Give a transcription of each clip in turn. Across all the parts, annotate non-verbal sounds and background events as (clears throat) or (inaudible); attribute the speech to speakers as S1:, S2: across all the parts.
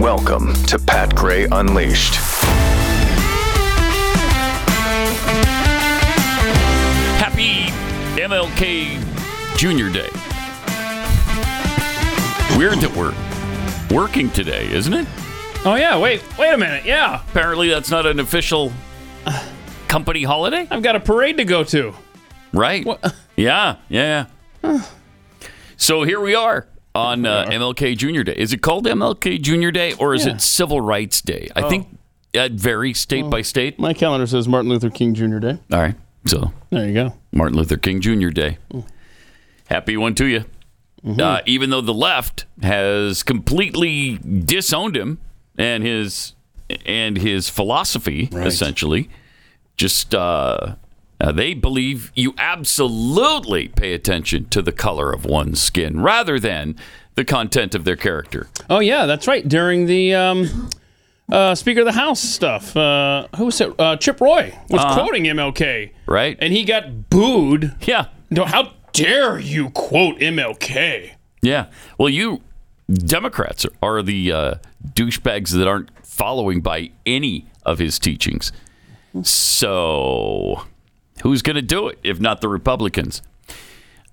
S1: Welcome to Pat Gray Unleashed.
S2: Happy MLK Junior Day. Weird that we're working today, isn't it?
S3: Oh yeah, wait, wait a minute. Yeah,
S2: Apparently, that's not an official company holiday,
S3: I've got a parade to go to.
S2: right? (laughs) Yeah, yeah. So here we are on uh, MLK Junior Day. Is it called MLK Junior Day or is
S3: Yeah.
S2: it Civil Rights Day? I think that varies state by state.
S3: My calendar says Martin Luther King Jr. Day.
S2: All right, so
S3: There you go.
S2: Martin Luther King Jr. Day. Happy one to you. Uh, even though the left has completely disowned him and his and his philosophy, essentially, just uh, uh, they believe you absolutely pay attention to the color of one's skin rather than the content of their character.
S3: Oh yeah, that's right. During the um, uh, Speaker of the House stuff, uh, who was it? Uh, Chip Roy was quoting MLK,
S2: Uh-huh. Right?
S3: and he got booed.
S2: yeah,
S3: No, how dare you quote MLK?
S2: yeah. Well, you Democrats are the uh, douchebags that aren't following by any of his teachings. So, who's going to do it if not the Republicans?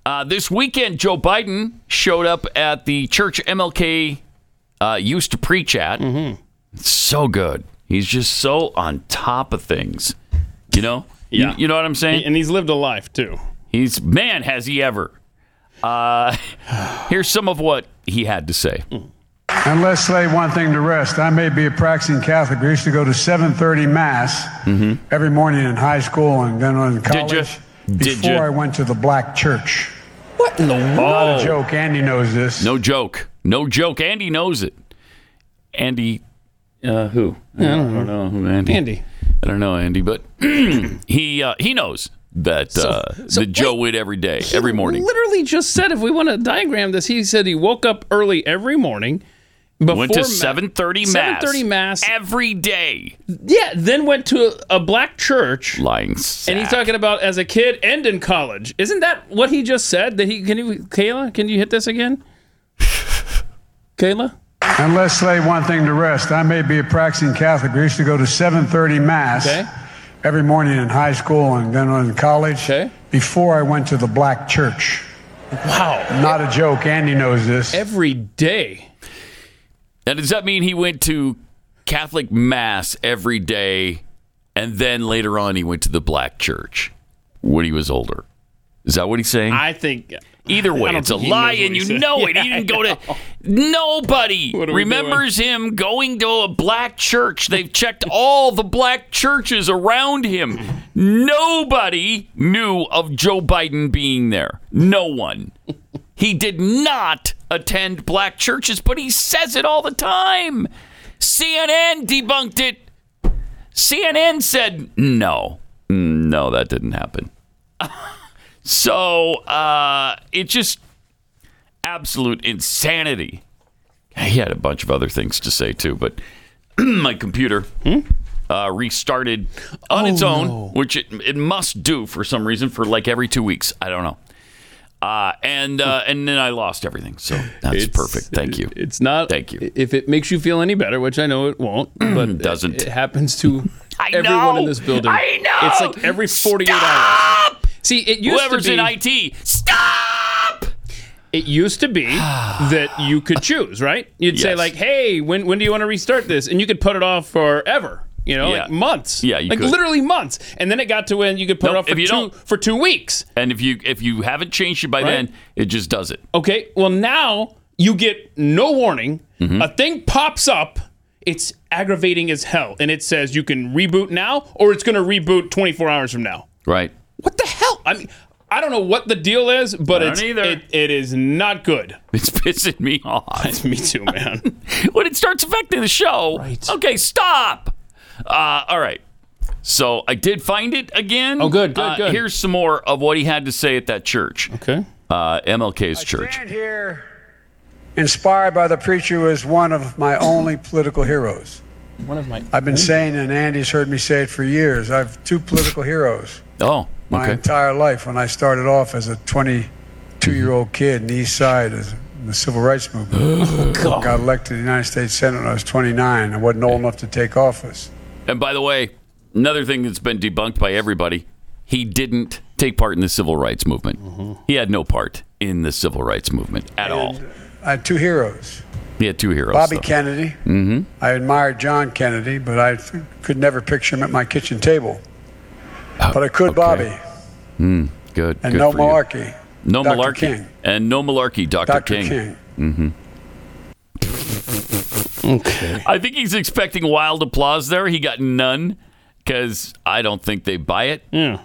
S2: Uh, this weekend, Joe Biden showed up at the church MLK uh, used to preach at. So good. He's just so on top of things. You know?
S3: Yeah.
S2: You, you know what I'm saying?
S3: And he's lived a life too.
S2: He's, man, has he ever. Uh, (sighs) here's some of what he had to say.
S4: Unless they want thing to rest, I may be a practicing Catholic. We used to go to 7:30 mass
S3: Mm-hmm.
S4: every morning in high school and then in college.
S2: ya? Did
S4: Before
S2: ya?
S4: I went to the black church.
S3: What in the
S4: Not a
S3: world?
S4: joke. Andy knows this.
S2: No joke. No joke. Andy knows it. Andy, uh, who? I don't, know who Andy.
S3: Andy.
S2: I don't know Andy, but (clears throat) he uh, he knows that uh,
S3: so
S2: that Joe
S3: wait,
S2: would every day, every morning.
S3: Literally just said if we want to diagram this, he said he woke up early every morning. Before
S2: Went to
S3: ma-
S2: seven thirty mass.
S3: 7:30 mass.
S2: every day.
S3: Yeah, then went to a, a black church.
S2: Lying.
S3: And he's
S2: sack.
S3: talking about as a kid and in college. Isn't that what he just said? That he can you Kayla, can you hit
S2: (laughs)
S3: this again? Kayla?
S4: Unless they want thing to rest, I may be a practicing Catholic. We used to go to 7:30 mass
S3: Okay.
S4: every morning in high school and then in college.
S3: Okay.
S4: Before I went to the black church.
S3: Wow.
S4: Not a joke. Andy knows this.
S3: Every day.
S2: Now, does that mean he went to Catholic mass every day, and then later on he went to the black church when he was older? Is that what he's saying?
S3: I think
S2: Either way,
S3: I don't
S2: it's a
S3: think he
S2: lie,
S3: knows what
S2: and
S3: he
S2: you (laughs)
S3: said.
S2: know it. he
S3: Yeah, I
S2: didn't go to. Nobody
S3: What are we
S2: remembers him going to a black church. They've checked all the black churches around him. Nobody knew of Joe Biden being there. No one. He did not attend black churches, but he says it all the time. CNN debunked it. CNN said no, Mm, no, that didn't happen. (laughs) so uh, it's just absolute insanity. He had a bunch of other things to say too, but (clears throat) my computer
S3: Hmm?
S2: uh, restarted on
S3: Oh,
S2: its own, which it, it must do for some reason for like every two weeks. I don't know. Uh, and uh, and then I lost everything. So that's perfect. Thank you.
S3: It's not
S2: Thank you.
S3: If it makes you feel any better, which I know
S2: (clears throat)
S3: it won't, but it
S2: Doesn't.
S3: It, happens to
S2: (laughs) I
S3: everyone in
S2: know.
S3: this building.
S2: I know.
S3: It's like every 48 hours.
S2: Stop!
S3: See, it used
S2: Whoever's
S3: to be
S2: in IT, stop!
S3: It
S2: (sighs)
S3: used to be that you could choose, right? You'd say
S2: Yes.
S3: like, "Hey, when when do you want to restart this?" and you could put it off forever. You know,
S2: Yeah.
S3: like months.
S2: Yeah, you
S3: like
S2: could.
S3: literally months. And then it got to when you could put
S2: Nope,
S3: it off for
S2: if you
S3: two
S2: don't-
S3: for two weeks.
S2: And if you if you haven't changed it by then, it just does it.
S3: Okay. Well, now you get no warning.
S2: Mm-hmm.
S3: A thing pops up. It's aggravating as hell, and it says you can reboot now, or it's going to reboot 24 hours from now.
S2: Right. (laughs)
S3: What the hell? I mean, I don't know what the deal is, but
S2: I don't
S3: it's
S2: either.
S3: It, it is not good. (laughs)
S2: It's pissing me off.
S3: Me too, man.
S2: (laughs) when it starts affecting the show.
S3: Right.
S2: Okay, stop. Uh, all right. So I did find it again.
S3: Oh, good, good,
S2: Uh,
S3: good.
S2: Here's some more of what he had to say at that church,
S3: okay.
S2: uh, MLK's church.
S4: stand here inspired by the preacher who is one of my only political heroes.
S3: One of my
S4: I've been
S2: Hmm.
S4: saying, and Andy's heard me say it for years, I have two political heroes
S2: Oh,
S4: my
S2: okay. Hmm.
S4: entire life. When I started off as a 22 year old kid in the East Side, as a in the Civil Rights
S2: (gasps)
S4: Movement.
S2: Oh,
S4: Got elected to the United States Senate when I was 29. I wasn't old enough to take office.
S2: And by the way, another thing that's been debunked by everybody he didn't take part in the civil rights movement.
S3: Mm-hmm.
S2: He had no part in the civil rights movement at all.
S4: I had two heroes.
S2: He had two heroes.
S4: uh, Bobby
S2: though.
S4: Kennedy. Mm-hmm. I admired John Kennedy, but I th- could never picture him at my kitchen table.
S2: Oh,
S4: But I could Bobby
S2: Good.
S4: and
S2: good
S4: no
S2: for you.
S4: malarkey.
S2: No
S4: Dr.
S2: malarkey.
S4: King.
S2: And no malarkey, Dr.
S4: Dr. King.
S3: Okay.
S2: I think he's expecting wild applause there. He got none because I don't think they buy it.
S3: Yeah.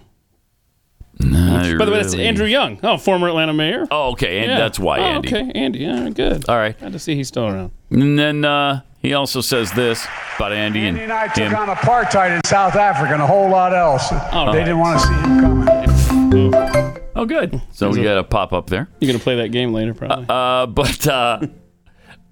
S2: Not
S3: By the way, that's
S2: really.
S3: Andrew Young. Oh, former Atlanta mayor.
S2: Oh, okay. And
S3: Yeah.
S2: that's why,
S3: Oh,
S2: Andy. Uh,
S3: Okay, Andy. Yeah, good.
S2: All right.
S3: Glad to see he's still around.
S2: And then uh, he also says this about Andy,
S4: Andy
S2: and
S4: and I took
S2: him.
S4: on apartheid in South Africa and a whole lot else. they
S3: right.
S4: didn't want to see him coming.
S2: Oh, good. So we got a pop up there.
S3: You're gonna play that game later, probably.
S2: Uh, but uh,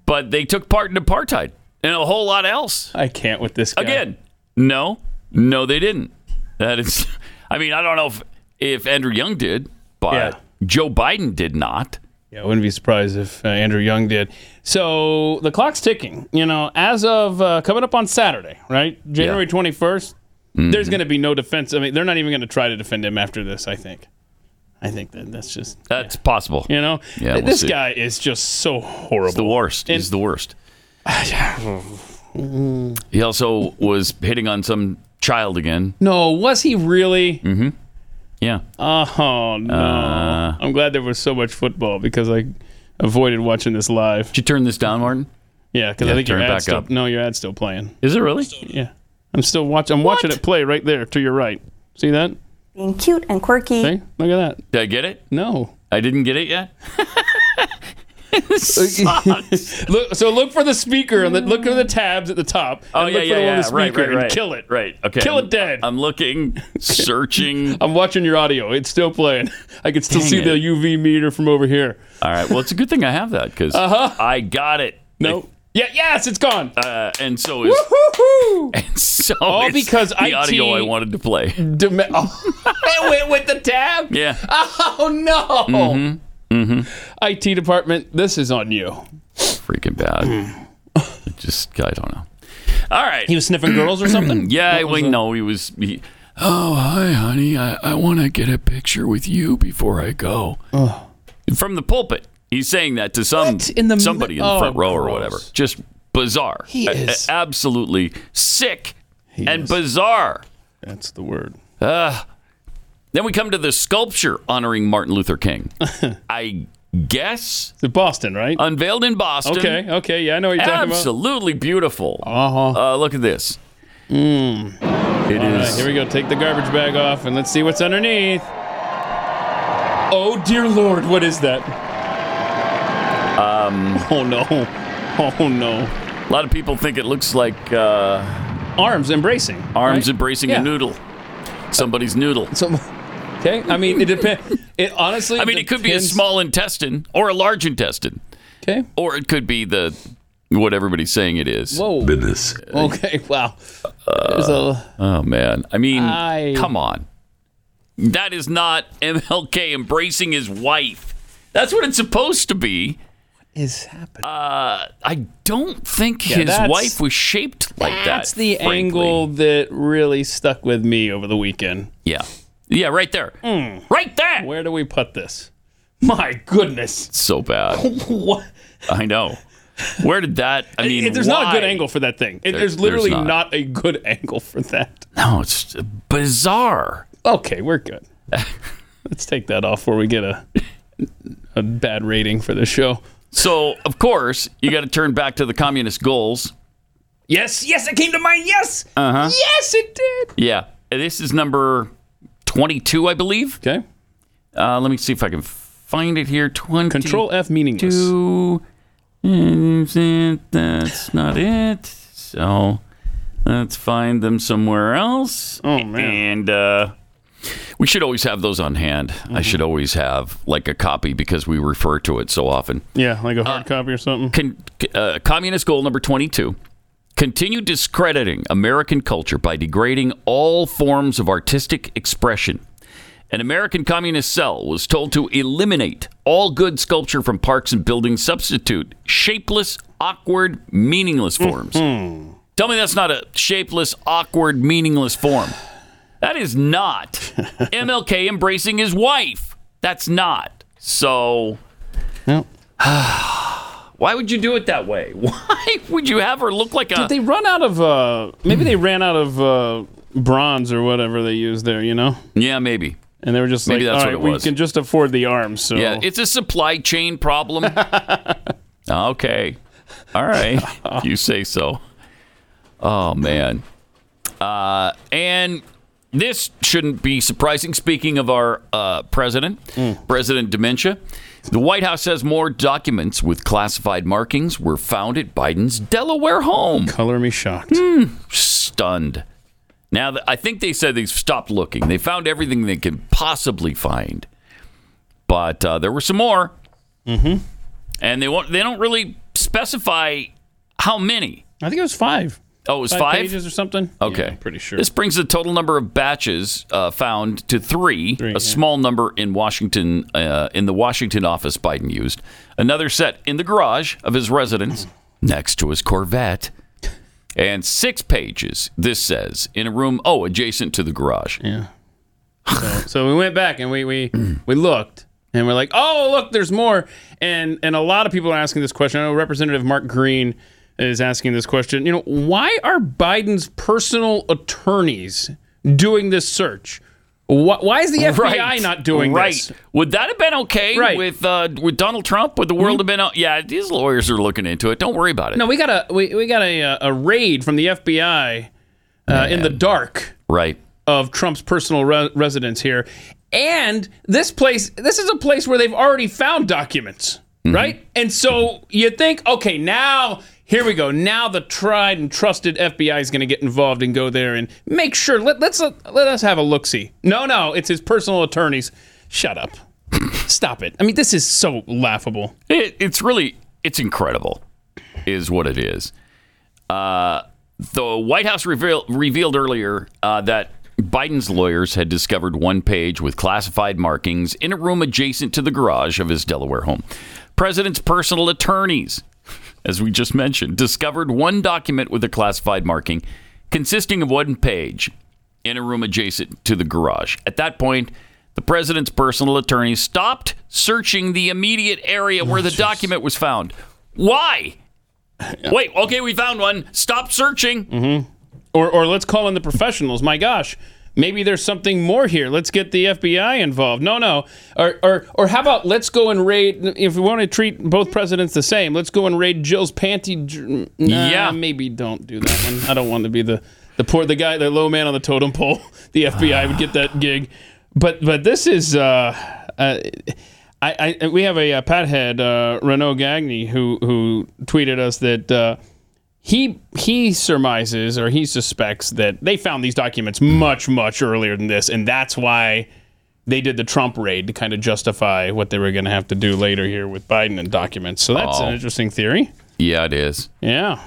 S2: but they took part in apartheid and a whole lot else.
S3: I can't with this guy.
S2: Again, no, no, they didn't. That is, (laughs) I mean, I don't know if if Andrew Young did, but
S3: Yeah.
S2: Joe Biden did not.
S3: Yeah, I wouldn't be surprised if uh, Andrew Young did. So the clock's ticking. You know, as of uh, coming up on Saturday, right, January
S2: Yeah. Mm-hmm.
S3: 21st, there's going to be no defense. I mean, they're not even going to try to defend him after this. I think. I think that that's just
S2: That's possible.
S3: you know
S2: Yeah, we'll
S3: this
S2: see.
S3: guy is just so horrible.
S2: the worst.
S3: And-
S2: He's the
S3: (sighs)
S2: worst. he also was hitting on some child again.
S3: no, was he really?
S2: Yeah.
S3: Oh no!
S2: Uh.
S3: I'm glad there was so much football because I avoided watching this live.
S2: Did you turn this down, Martin?
S3: Yeah, because
S2: Yeah,
S3: I think your
S2: turn it
S3: ad's
S2: back
S3: still
S2: up.
S3: no, your ad's still playing.
S2: Is it really?
S3: Yeah, I'm still watching. I'm watching
S2: What?
S3: it play right there to your right. See that?
S5: being cute and quirky.
S3: Hey, look at that.
S2: Did I get it?
S3: No.
S2: I didn't get it yet. It sucks.
S3: (laughs) Look. So look for the speaker and the, look for the tabs at the top.
S2: Oh
S3: and
S2: yeah,
S3: look
S2: yeah,
S3: for the
S2: yeah.
S3: one with the
S2: right,
S3: speaker
S2: right, right.
S3: And kill it.
S2: Right. Okay.
S3: Kill
S2: I'm-
S3: it dead. I'm,
S2: I'm looking,
S3: (laughs)
S2: searching. All
S3: watching your audio. It's still playing. (laughs) I can still
S2: Dang
S3: see
S2: it.
S3: the UV meter from over here.
S2: right. Well, it's a good thing I have that because
S3: Uh-huh.
S2: I got it.
S3: No. Yeah. Yes, it's gone.
S2: Uh, and so is (laughs)
S3: Woo-hoo-hoo.
S2: so
S3: All
S2: is
S3: because
S2: the
S3: IT
S2: audio I wanted to
S3: (laughs)
S2: play.
S3: Dem- oh. it went with the tab.
S2: Yeah.
S3: Oh no!
S2: Mm-hmm.
S3: IT department, this is on you.
S2: freaking bad.
S3: (laughs)
S2: It just I don't know. All right.
S3: was sniffing girls
S2: (clears throat)
S3: or something.
S2: yeah, I wait, no, he was. He, oh, hi, honey. I, I want to get a picture with you before I go. From the pulpit, he's saying that to some
S3: What? In the mi-
S2: somebody in the
S3: Oh,
S2: front row or
S3: gross.
S2: whatever. Just bizarre.
S3: He
S2: A- a-
S3: is-
S2: absolutely sick and
S3: is.
S2: bizarre.
S3: That's the word.
S2: Then we come to the sculpture honoring Martin Luther King.
S3: (laughs)
S2: I guess
S3: The Boston, right?
S2: unveiled in Boston.
S3: okay, okay, yeah, I know what you're talking about. Oh. Uh-huh.
S2: Absolutely beautiful. Uh, look at this. It
S3: Mm. All right,
S2: is-
S3: here we go. Take the garbage bag off and let's see what's underneath. Oh dear lord, what is that? Um. (laughs) Oh no. Oh no.
S2: a lot of people think it looks like uh,
S3: Arms embracing.
S2: arms
S3: right?
S2: embracing
S3: Yeah.
S2: a noodle, somebody's noodle.
S3: So, okay. I mean, it depends.
S2: (laughs)
S3: It honestly.
S2: I mean, it could be a
S3: depends-
S2: small intestine or a large intestine,
S3: Okay.
S2: or it could be the what everybody's saying it is.
S3: Whoa.
S1: Business.
S3: Okay. Wow. There's a.
S2: Oh man, I mean,
S3: I-
S2: come on, that is not (laughs) MLK embracing his wife. That's what it's supposed to be.
S3: is happening.
S2: I don't think his
S3: that's-
S2: wife was shaped like that.
S3: That's the
S2: frankly.
S3: angle that really stuck with me over the weekend.
S2: Yeah. Yeah, right there. Right there.
S3: Hmm. Where do we put this? My goodness.
S2: so bad.
S3: (laughs) What?
S2: I know. Where did that? I mean,
S3: It- there's not a good
S2: why?
S3: angle for that thing. It-
S2: There-
S3: there's literally
S2: there's not.
S3: not. a good angle for that.
S2: No, Oh, it's bizarre.
S3: Okay, we're (laughs) good. Let's take that off before we get a a bad rating for the show.
S2: So, of course, you got to turn back to the communist goals.
S3: Yes, yes, it came to mind. Yes. Uh-huh. Yes, it did.
S2: Yeah. This is number 22, I believe.
S3: Okay.
S2: Uh, let me see if I can find it here. 20.
S3: Control F meaningless.
S2: two. Mm, That's not it. So let's find them somewhere else.
S3: Oh, man. Mm-hmm.
S2: And uh, we should always have those on hand. I should always have like a copy because we refer to it so often.
S3: Yeah, like a hard copy or something.
S2: Con- uh, communist goal number twenty-two. Continue discrediting American culture by degrading all forms of artistic expression An American communist cell was told to eliminate all good sculpture from parks and buildings, substitute shapeless, awkward, meaningless forms. Tell me that's not a shapeless, awkward, meaningless form. That is not MLK embracing his wife. That's not. So
S3: No.
S2: why would you do it that way? (laughs) Why would you have her look like a?
S3: Did they run out of? uh Maybe they ran out of uh bronze or whatever they used there. You know,
S2: yeah, maybe.
S3: and they were just
S2: Maybe
S3: like,
S2: that's
S3: all
S2: what
S3: right,
S2: it
S3: we
S2: was.
S3: can just afford the arms. So
S2: Yeah, it's a supply chain (laughs) problem. okay. All right. If you say so. Oh, man. Uh, and this shouldn't be surprising. Speaking of our uh, president, President Dementia, the White House says more documents with classified markings were found at Biden's Delaware home.
S3: color me shocked.
S2: Hmm. Stunned. Now, th- I think they said they stopped looking. They found everything they could possibly find, but uh, there were some more, mm-hmm. and they won't. They don't really specify how many.
S3: I think it was five.
S2: Oh, it was
S3: Five,
S2: five.
S3: pages or something.
S2: Okay,
S3: Yeah, I'm pretty sure.
S2: This brings the total number of batches uh, found to three. a
S3: yeah.
S2: small number in Washington, uh, in the Washington office Biden used. Another set in the garage of his
S3: (clears throat)
S2: residence, next to his Corvette, and six pages. This says in a room oh adjacent to the garage.
S3: Yeah. So,
S2: (laughs)
S3: so we went back and we we we looked and we're like, oh look, there's more. And and a lot of people are asking this question. I know Representative Mark Green is asking this question. You know, why are Biden's personal attorneys doing this search? Why, why is the FBI not doing
S2: right.
S3: this?
S2: Would that have been okay
S3: Right. Mm-hmm.
S2: with uh, with Donald Trump? Would the world have been? o- Yeah, these lawyers are looking into it. Don't worry about it.
S3: No, we got a we, we got a uh, a raid from the FBI uh, in the dark.
S2: Right.
S3: of Trump's personal re- residence here. And this place, this is a place where they've already found documents, right? And so you think, okay, now here we go. Now the tried and trusted FBI is going to get involved and go there and make sure. Let, let's let us have a look see. No, no, it's his personal attorneys. Shut up. Stop it. I mean, this is so laughable.
S2: It, it's really it's incredible, is what it is. Uh, the White House reveal, revealed earlier uh, that Biden's lawyers had discovered one page with classified markings in a room adjacent to the garage of his Delaware home. President's personal attorneys, as we just mentioned, discovered one document with a classified marking consisting of one page in a room adjacent to the garage. At that point, the president's personal attorney stopped searching the immediate area where the document was found. Why? Wait, okay, we found one. Stop searching.
S3: Or, or let's call in the professionals. My gosh, maybe there's something more here. Let's get the FBI involved. No, no. Or, or, or how about let's go and raid, if we want to treat both presidents the same, let's go and raid Jill's panty. dr- Nah,
S2: Yeah.
S3: Maybe don't do that one. I don't want to be the, the poor, the guy, the low man on the totem pole. (laughs) The FBI would get that gig. But, but this is, uh, uh, I, I, we have a, uh pathead, uh, Renaud Gagne, who, who tweeted us that, uh, he he surmises or he suspects that they found these documents much much earlier than this and that's why they did the Trump raid to kind of justify what they were going to have to do later here with Biden and documents. So that's
S2: Oh.
S3: an interesting theory.
S2: Yeah, it is.
S3: Yeah.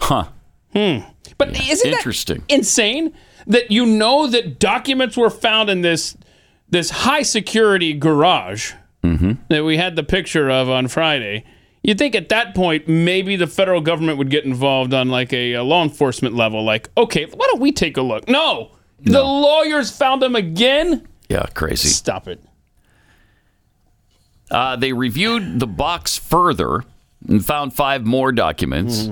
S2: Huh.
S3: But isn't
S2: Interesting.
S3: that insane that you know that documents were found in this this high security garage that we had the picture of on Friday? You'd think at that point maybe the federal government would get involved on like a, a law enforcement level, like okay, why don't we take a look? No, the lawyers found them again.
S2: Yeah, crazy.
S3: Stop it.
S2: Uh, they reviewed the box further and found five more documents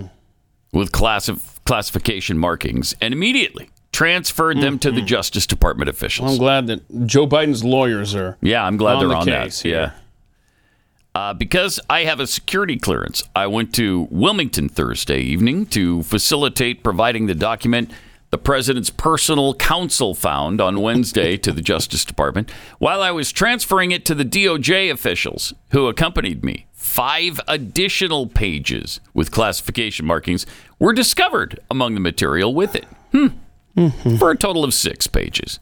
S2: with classif- classification markings and immediately transferred them to the Justice Department officials.
S3: I'm glad that Joe Biden's lawyers are.
S2: yeah, I'm glad
S3: on
S2: they're
S3: the
S2: on
S3: case
S2: that.
S3: here.
S2: Yeah. Uh, because I have a security clearance, I went to Wilmington Thursday evening to facilitate providing the document the president's personal counsel found on Wednesday to the Justice Department while I was transferring it to the DOJ officials who accompanied me. Five additional pages with classification markings were discovered among the material with it. Hmm. For a total of six pages.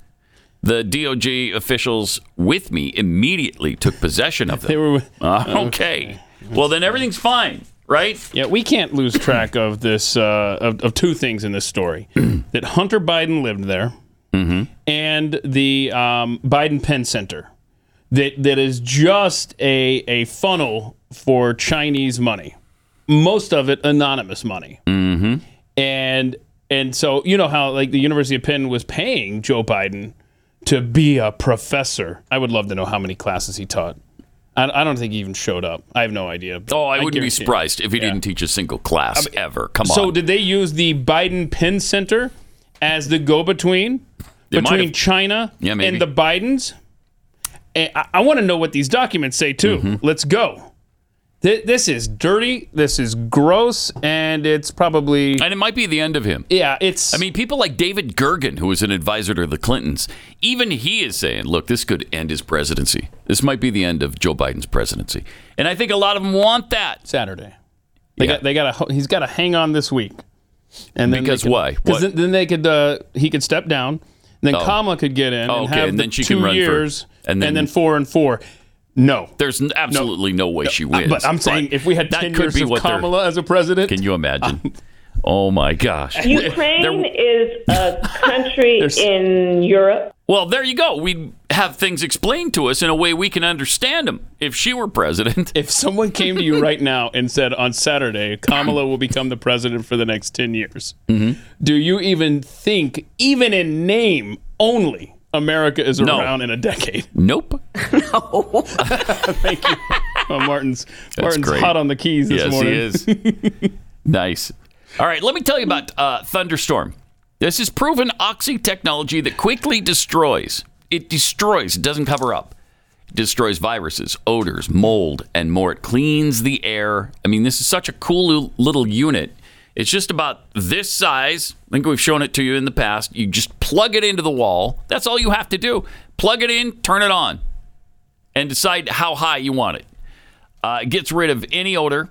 S2: The DOJ officials with me immediately took possession of them.
S3: (laughs)
S2: (laughs)
S3: They were.
S2: Uh, okay. Well, then everything's fine, right?
S3: Yeah, we can't lose track of this uh, of, of two things in this story: that Hunter Biden lived there, and the um, Biden Penn Center that that is just a a funnel for Chinese money, most of it anonymous money, mm-hmm. and and so you know how like the University of Penn was paying Joe Biden to be a professor. I would love to know how many classes he taught. I, I don't think he even showed up. I have no idea.
S2: Oh, I, wouldn't be
S3: guarantee-
S2: surprised if he didn't teach a single class ever. Come
S3: So
S2: on.
S3: did they use the Biden Penn Center as the go-between
S2: might
S3: between
S2: have.
S3: China
S2: Yeah, maybe.
S3: and the Bidens? And I, I want to know what these documents say too.
S2: Mm-hmm.
S3: Let's go. Th- this is dirty. This is gross, and it's probably
S2: and it might be the end of him.
S3: yeah. It's
S2: I mean, people like David Gergen, who was an advisor to the Clintons, even he is saying, look, this could end his presidency. This might be the end of Joe Biden's presidency. And I think a lot of them want that.
S3: Saturday. They
S2: Yeah.
S3: got they got to he's got to hang on this week. And then they
S2: Because
S3: could-
S2: why? What-
S3: Because then, then they could uh, he could step down. And then
S2: Oh.
S3: Kamala could get in.
S2: Oh,
S3: and
S2: okay,
S3: have
S2: and
S3: the
S2: then she
S3: two
S2: can run for-
S3: years,
S2: and
S3: and
S2: then-
S3: then, four and four. No,
S2: There's n- absolutely no, way she
S3: Uh,
S2: wins.
S3: But I'm saying if we had
S2: that
S3: 10
S2: could
S3: years
S2: be
S3: of
S2: what they're-
S3: Kamala as a president,
S2: Can you imagine? oh, my gosh.
S6: Ukraine
S2: There-
S6: is
S2: (laughs)
S6: a country
S3: There's-
S6: in Europe.
S2: Well, there you go. We'd have things explained to us in a way we can understand them if she were president. (laughs)
S3: if someone came to you right now and said on Saturday, Kamala will become the president for the next 10 years,
S2: Mm-hmm.
S3: do you even think, even in name only, America is
S2: No.
S3: around in a decade? (laughs)
S2: Nope.
S3: Thank you. Oh, Martin's Martin's
S2: great.
S3: hot on the keys this
S2: yes,
S3: morning.
S2: he is. (laughs) nice. All right, let me tell you about uh, Thunderstorm. This is proven oxy technology that quickly destroys. It destroys, it doesn't cover up. It destroys viruses, odors, mold, and more. It cleans the air. I mean, this is such a cool lu- little unit. It's just about this size. I think we've shown it to you in the past. You just plug it into the wall. That's all you have to do. Plug it in, turn it on, and decide how high you want it. Uh, it gets rid of any odor,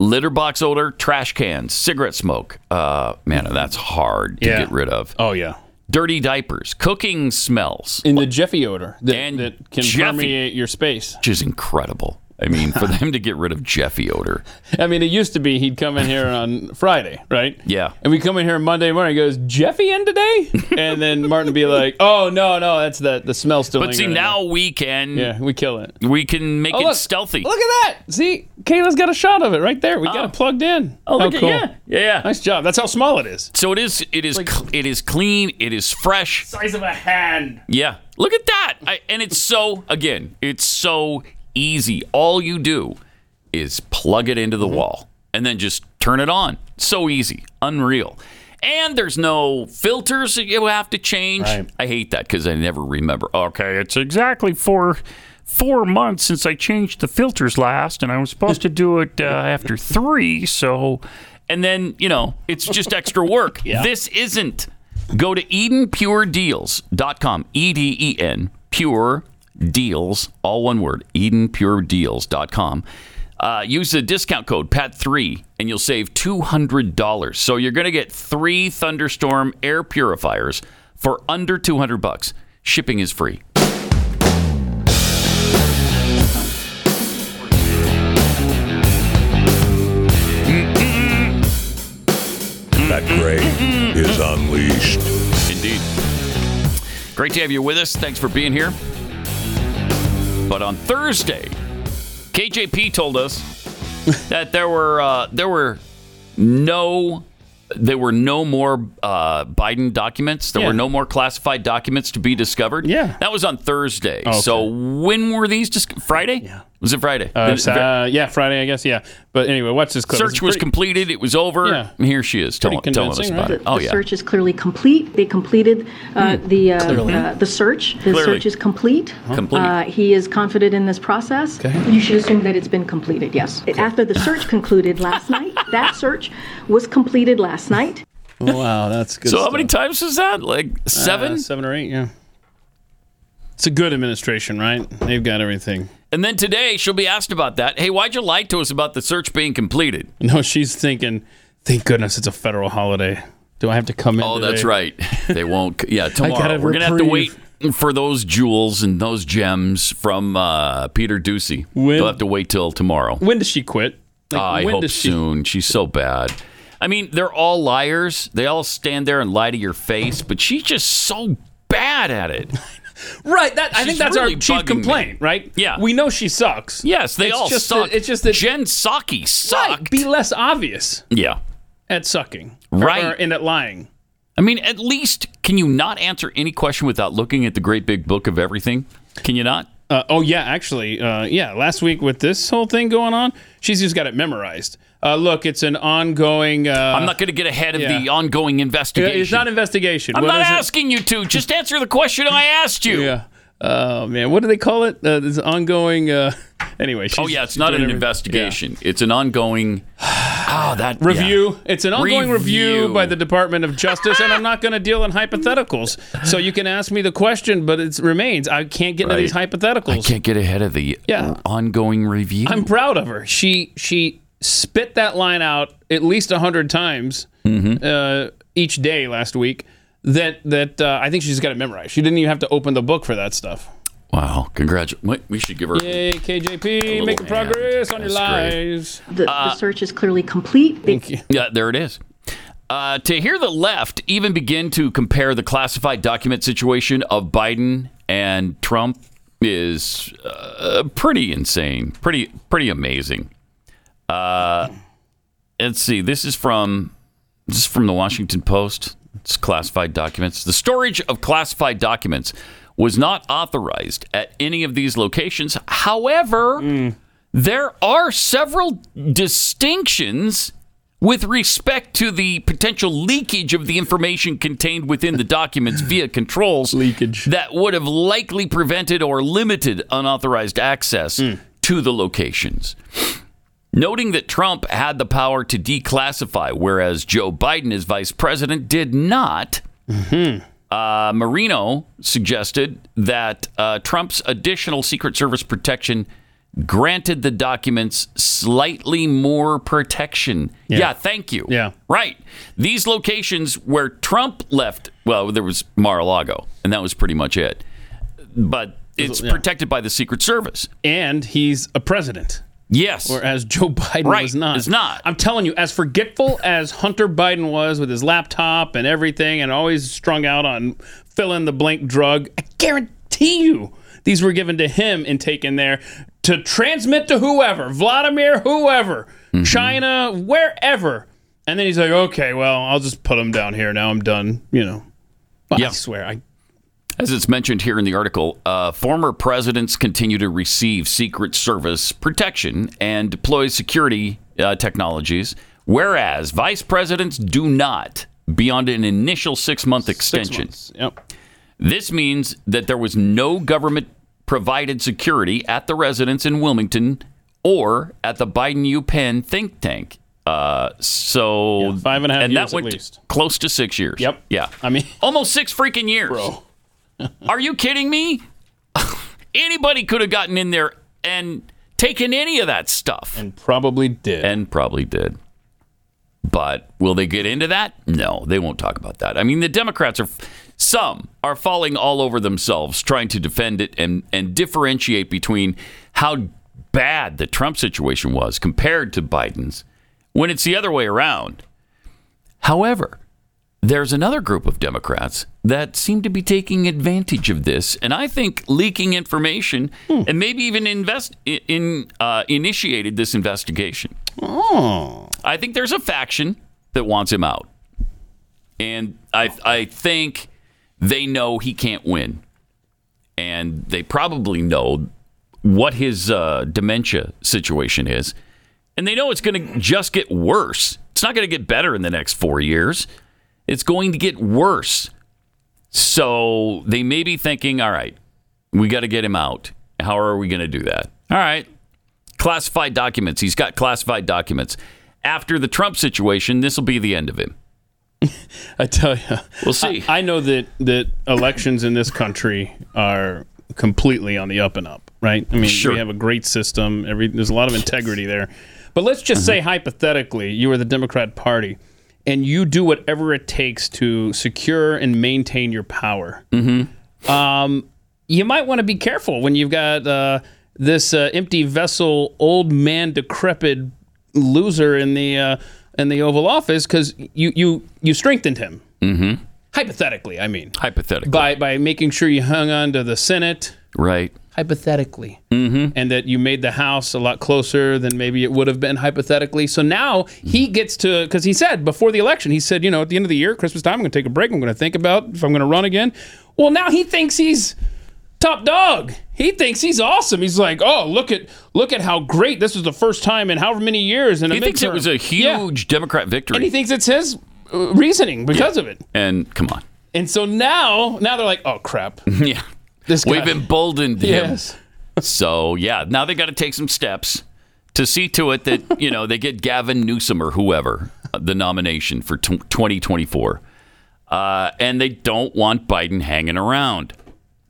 S2: litter box odor, trash cans, cigarette smoke. Uh, man, that's hard to
S3: Yeah.
S2: get rid of.
S3: Oh, yeah.
S2: Dirty diapers, cooking smells,
S3: In the Jeffy odor that,
S2: And
S3: that can
S2: Jeffy.
S3: permeate your space.
S2: which is incredible. I mean, for them to get rid of Jeffy odor.
S3: I mean, it used to be he'd come in here on Friday, right?
S2: Yeah.
S3: And we come in here Monday morning. He goes, Jeffy
S2: (laughs)
S3: in today? And then Martin would be like, Oh no, no, that's the the smell still.
S2: But see,
S3: lingering.
S2: now we can
S3: yeah, we kill it.
S2: we can make
S3: Oh,
S2: it
S3: look,
S2: stealthy.
S3: Look at that. See, Kayla's got a shot of it right there. We got
S2: Oh.
S3: it plugged in.
S2: Oh, look
S3: How
S2: at-
S3: cool.
S2: yeah, yeah.
S3: Nice job. That's how small it is.
S2: So it is. It is. cl- it is clean. It is fresh.
S3: Size of a hand.
S2: Yeah. Look at that. I, and it's so, again, it's so easy. All you do is plug it into the wall and then just turn it on. So easy. Unreal. And there's no filters that you have to change.
S3: Right.
S2: I hate that because I never remember. Okay, it's exactly four four months since I changed the filters last, and I was supposed to do it uh, after three. So, and then you know, it's just extra work. This isn't. Go to EdenPureDeals.com. E D E N Pure Deals, all one word. EdenPureDeals.com. Uh, use the discount code PAT3 and you'll save $200. So you're going to get three Thunderstorm air purifiers for under 200 bucks. Shipping is free.
S7: Pat Gray is unleashed.
S2: Indeed. Great to have you with us. Thanks for being here. But on Thursday, KJP told
S3: (laughs)
S2: us that there were uh, there were no there were no more uh, Biden documents. There
S3: Yeah.
S2: were no more classified documents to be discovered.
S3: Yeah. Oh,
S2: that was on Thursday. So when were these? Dis- Friday? Yeah, was it Friday?
S3: Uh,
S2: Did-
S3: it's, uh, yeah, Friday, I guess. Yeah. But anyway, watch this clip.
S2: search
S3: It's
S2: was
S3: pretty-
S2: completed. It was over.
S3: Yeah.
S2: And here she is telling,
S3: Pretty
S2: telling us
S3: convincing,
S2: about
S3: right?
S2: it. Oh
S8: the
S2: yeah. Hmm.
S8: search is clearly complete. They completed uh, the uh, uh, the search. The
S2: Clearly.
S8: search is complete.
S2: Complete.
S8: Uh, he is confident in this process. You should assume that it's been completed. Yes. After the search concluded last night, that search was completed last night.
S3: (laughs) Wow, that's
S2: (laughs)
S3: good.
S2: so how
S3: stuff.
S2: many times was that? Like seven?
S3: Uh, seven or eight, yeah. It's a good administration, right? They've got everything.
S2: And then today she'll be asked about that. Hey, why'd you lie to us about the search being completed?
S3: (laughs) No, she's thinking, thank goodness it's a federal holiday. Do I have to come in?
S2: Oh,
S3: today?"
S2: that's right. (laughs) They won't. Yeah, tomorrow
S3: gotta
S2: we're gonna have to wait
S3: reprieve.
S2: for those jewels and those gems from uh, Peter Ducey.
S3: When-
S2: They'll have to wait till tomorrow.
S3: When does she quit? Like,
S2: Ah, I
S3: when
S2: hope
S3: does she-
S2: soon. She's so bad. I I mean, they're all liars. They all stand there and lie to your face, but she's just so bad at it.
S3: Right. That I think
S2: She's
S3: that's
S2: really
S3: our
S2: bugging
S3: chief
S2: me.
S3: complaint. Right.
S2: Yeah.
S3: We know she sucks.
S2: Yes, they
S3: It's
S2: all
S3: just
S2: suck.
S3: that- it's just that
S2: Jen Psaki sucked.
S3: Right, be less obvious
S2: yeah.
S3: at sucking.
S2: Right.
S3: Or, and at lying.
S2: I mean, at least can you not answer any question without looking at the great big book of everything? Can you not?
S3: Uh, oh yeah, actually, uh, yeah. Last week with this whole thing going on, she's just got it memorized. Uh, look, it's an ongoing. Uh,
S2: I'm not going to get ahead of
S3: yeah.
S2: the ongoing investigation.
S3: It's not investigation.
S2: I'm
S3: What
S2: not
S3: is it?
S2: asking you to. Just answer the question I asked you.
S3: Yeah. Oh man, what do they call it? Uh, this ongoing. Uh, anyway. She's,
S2: Oh yeah, it's
S3: she's
S2: not
S3: doing
S2: an
S3: everything.
S2: investigation. It's an ongoing. (sighs) Oh, that yeah.
S3: Yeah. Review. It's an ongoing review.
S2: Review.
S3: by the Department of Justice, and I'm not going to deal in hypotheticals. So you can ask me the question, but it remains. I can't get into these
S2: Right.
S3: hypotheticals.
S2: I can't get ahead of the
S3: Yeah.
S2: ongoing review.
S3: I'm proud of her. She she spit that line out at least a hundred times
S2: Mm-hmm.
S3: uh, each day last week. That that uh, I think she's got it memorized. She didn't even have to open the book for that stuff.
S2: wow, congratulations! We should give her.
S3: Hey KJP,
S2: little
S3: making
S2: hand.
S3: progress on your
S2: Oh, That's great.
S3: lives.
S8: The,
S2: Uh,
S8: the search is clearly complete. They
S2: Yeah, there it is. Uh, to hear the left even begin to compare the classified document situation of Biden and Trump is uh, pretty insane, pretty pretty amazing. Uh, let's see. This is from this is from the Washington Post. It's classified documents. The storage of classified documents was not authorized at any of these locations. However, there are several distinctions with respect to the potential leakage of the information contained within the documents via controls
S3: Leakage.
S2: that would have likely prevented or limited unauthorized access to the locations. Noting that Trump had the power to declassify, whereas Joe Biden, as vice president, did not. Uh, Marino suggested that uh, Trump's additional Secret Service protection granted the documents slightly more protection. Yeah, thank you.
S3: Yeah.
S2: Right. These locations where Trump left, well, there was Mar a Lago, and that was pretty much it. But it's protected by the Secret Service.
S3: And he's a president.
S2: Yes.
S3: Whereas Joe (laughs) Biden
S2: Right,
S3: was not.
S2: is not.
S3: I'm telling you, as forgetful as Hunter Biden was with his laptop and everything and always strung out on fill in the blank drug, I guarantee you these were given to him and taken there to transmit to whoever, Vladimir, whoever,
S2: Mm-hmm.
S3: China, wherever. And then he's like, okay, well, I'll just put him down here. Now I'm done, you know. But
S2: Yeah.
S3: I swear, I
S2: As it's mentioned here in the article, uh, former presidents continue to receive Secret Service protection and deploy security uh, technologies, whereas vice presidents do not beyond an initial six month
S3: six
S2: extension.
S3: months. Yep.
S2: This means that there was no government provided security at the residence in Wilmington or at the Biden U Penn think tank. Uh, so
S3: Yeah, five and a half
S2: and
S3: years
S2: that
S3: at
S2: went
S3: least.
S2: close to six years.
S3: Yep.
S2: Yeah.
S3: I mean- (laughs)
S2: almost six freaking years.
S3: Bro.
S2: (laughs) Are you kidding me? (laughs) Anybody could have gotten in there and taken any of that stuff.
S3: And probably did.
S2: And probably did. But will they get into that? No, they won't talk about that. I mean, the Democrats are, some are falling all over themselves trying to defend it and, and differentiate between how bad the Trump situation was compared to Biden's when it's the other way around. However, there's another group of Democrats that seem to be taking advantage of this, and I think leaking information and maybe even invest i- in uh, initiated this investigation. I think there's a faction that wants him out, and I I think they know he can't win, and they probably know what his uh, dementia situation is, and they know it's going to just get worse. It's not going to get better in the next four years it's going to get worse. So they may be thinking, all right, we got to get him out. How are we going to do that? All right. Classified documents. He's got classified documents. After the Trump situation, this will be the end of him.
S3: I tell you,
S2: We'll see.
S3: I, I know that that elections in this country are completely on the up and up, right? I mean,
S2: Sure.
S3: we have a great system. Every there's a lot of integrity there. But let's just say hypothetically, you are the Democrat Party, and you do whatever it takes to secure and maintain your power. Mm-hmm. Um, you might want to be careful when you've got uh, this uh, empty vessel, old man, decrepit loser in the uh, in the Oval Office because you you you strengthened him. Mm-hmm. Hypothetically, I mean,
S2: Hypothetically.
S3: by by making sure you hung on to the Senate.
S2: right.
S3: Hypothetically, mm-hmm. and that you made the House a lot closer than maybe it would have been hypothetically. So now
S2: Mm-hmm.
S3: he gets to because he said before the election, he said, you know, at the end of the year, Christmas time, I'm going to take a break. I'm going to think about if I'm going to run again. Well, now he thinks he's top dog. He thinks he's awesome. He's like, oh, look at look at how great this was the first time in however many years. And
S2: He thinks it was a huge Democrat victory.
S3: and he thinks it's his uh, reasoning because of it.
S2: And come on.
S3: And so now, now they're like, oh crap,
S2: (laughs) Yeah.
S3: this guy.
S2: We've emboldened (laughs) him.
S3: yes,
S2: So yeah, now they got to take some steps to see to it
S3: (laughs)
S2: that you know they get Gavin Newsom or whoever uh, the nomination for tw 2024, uh, and they don't want Biden hanging around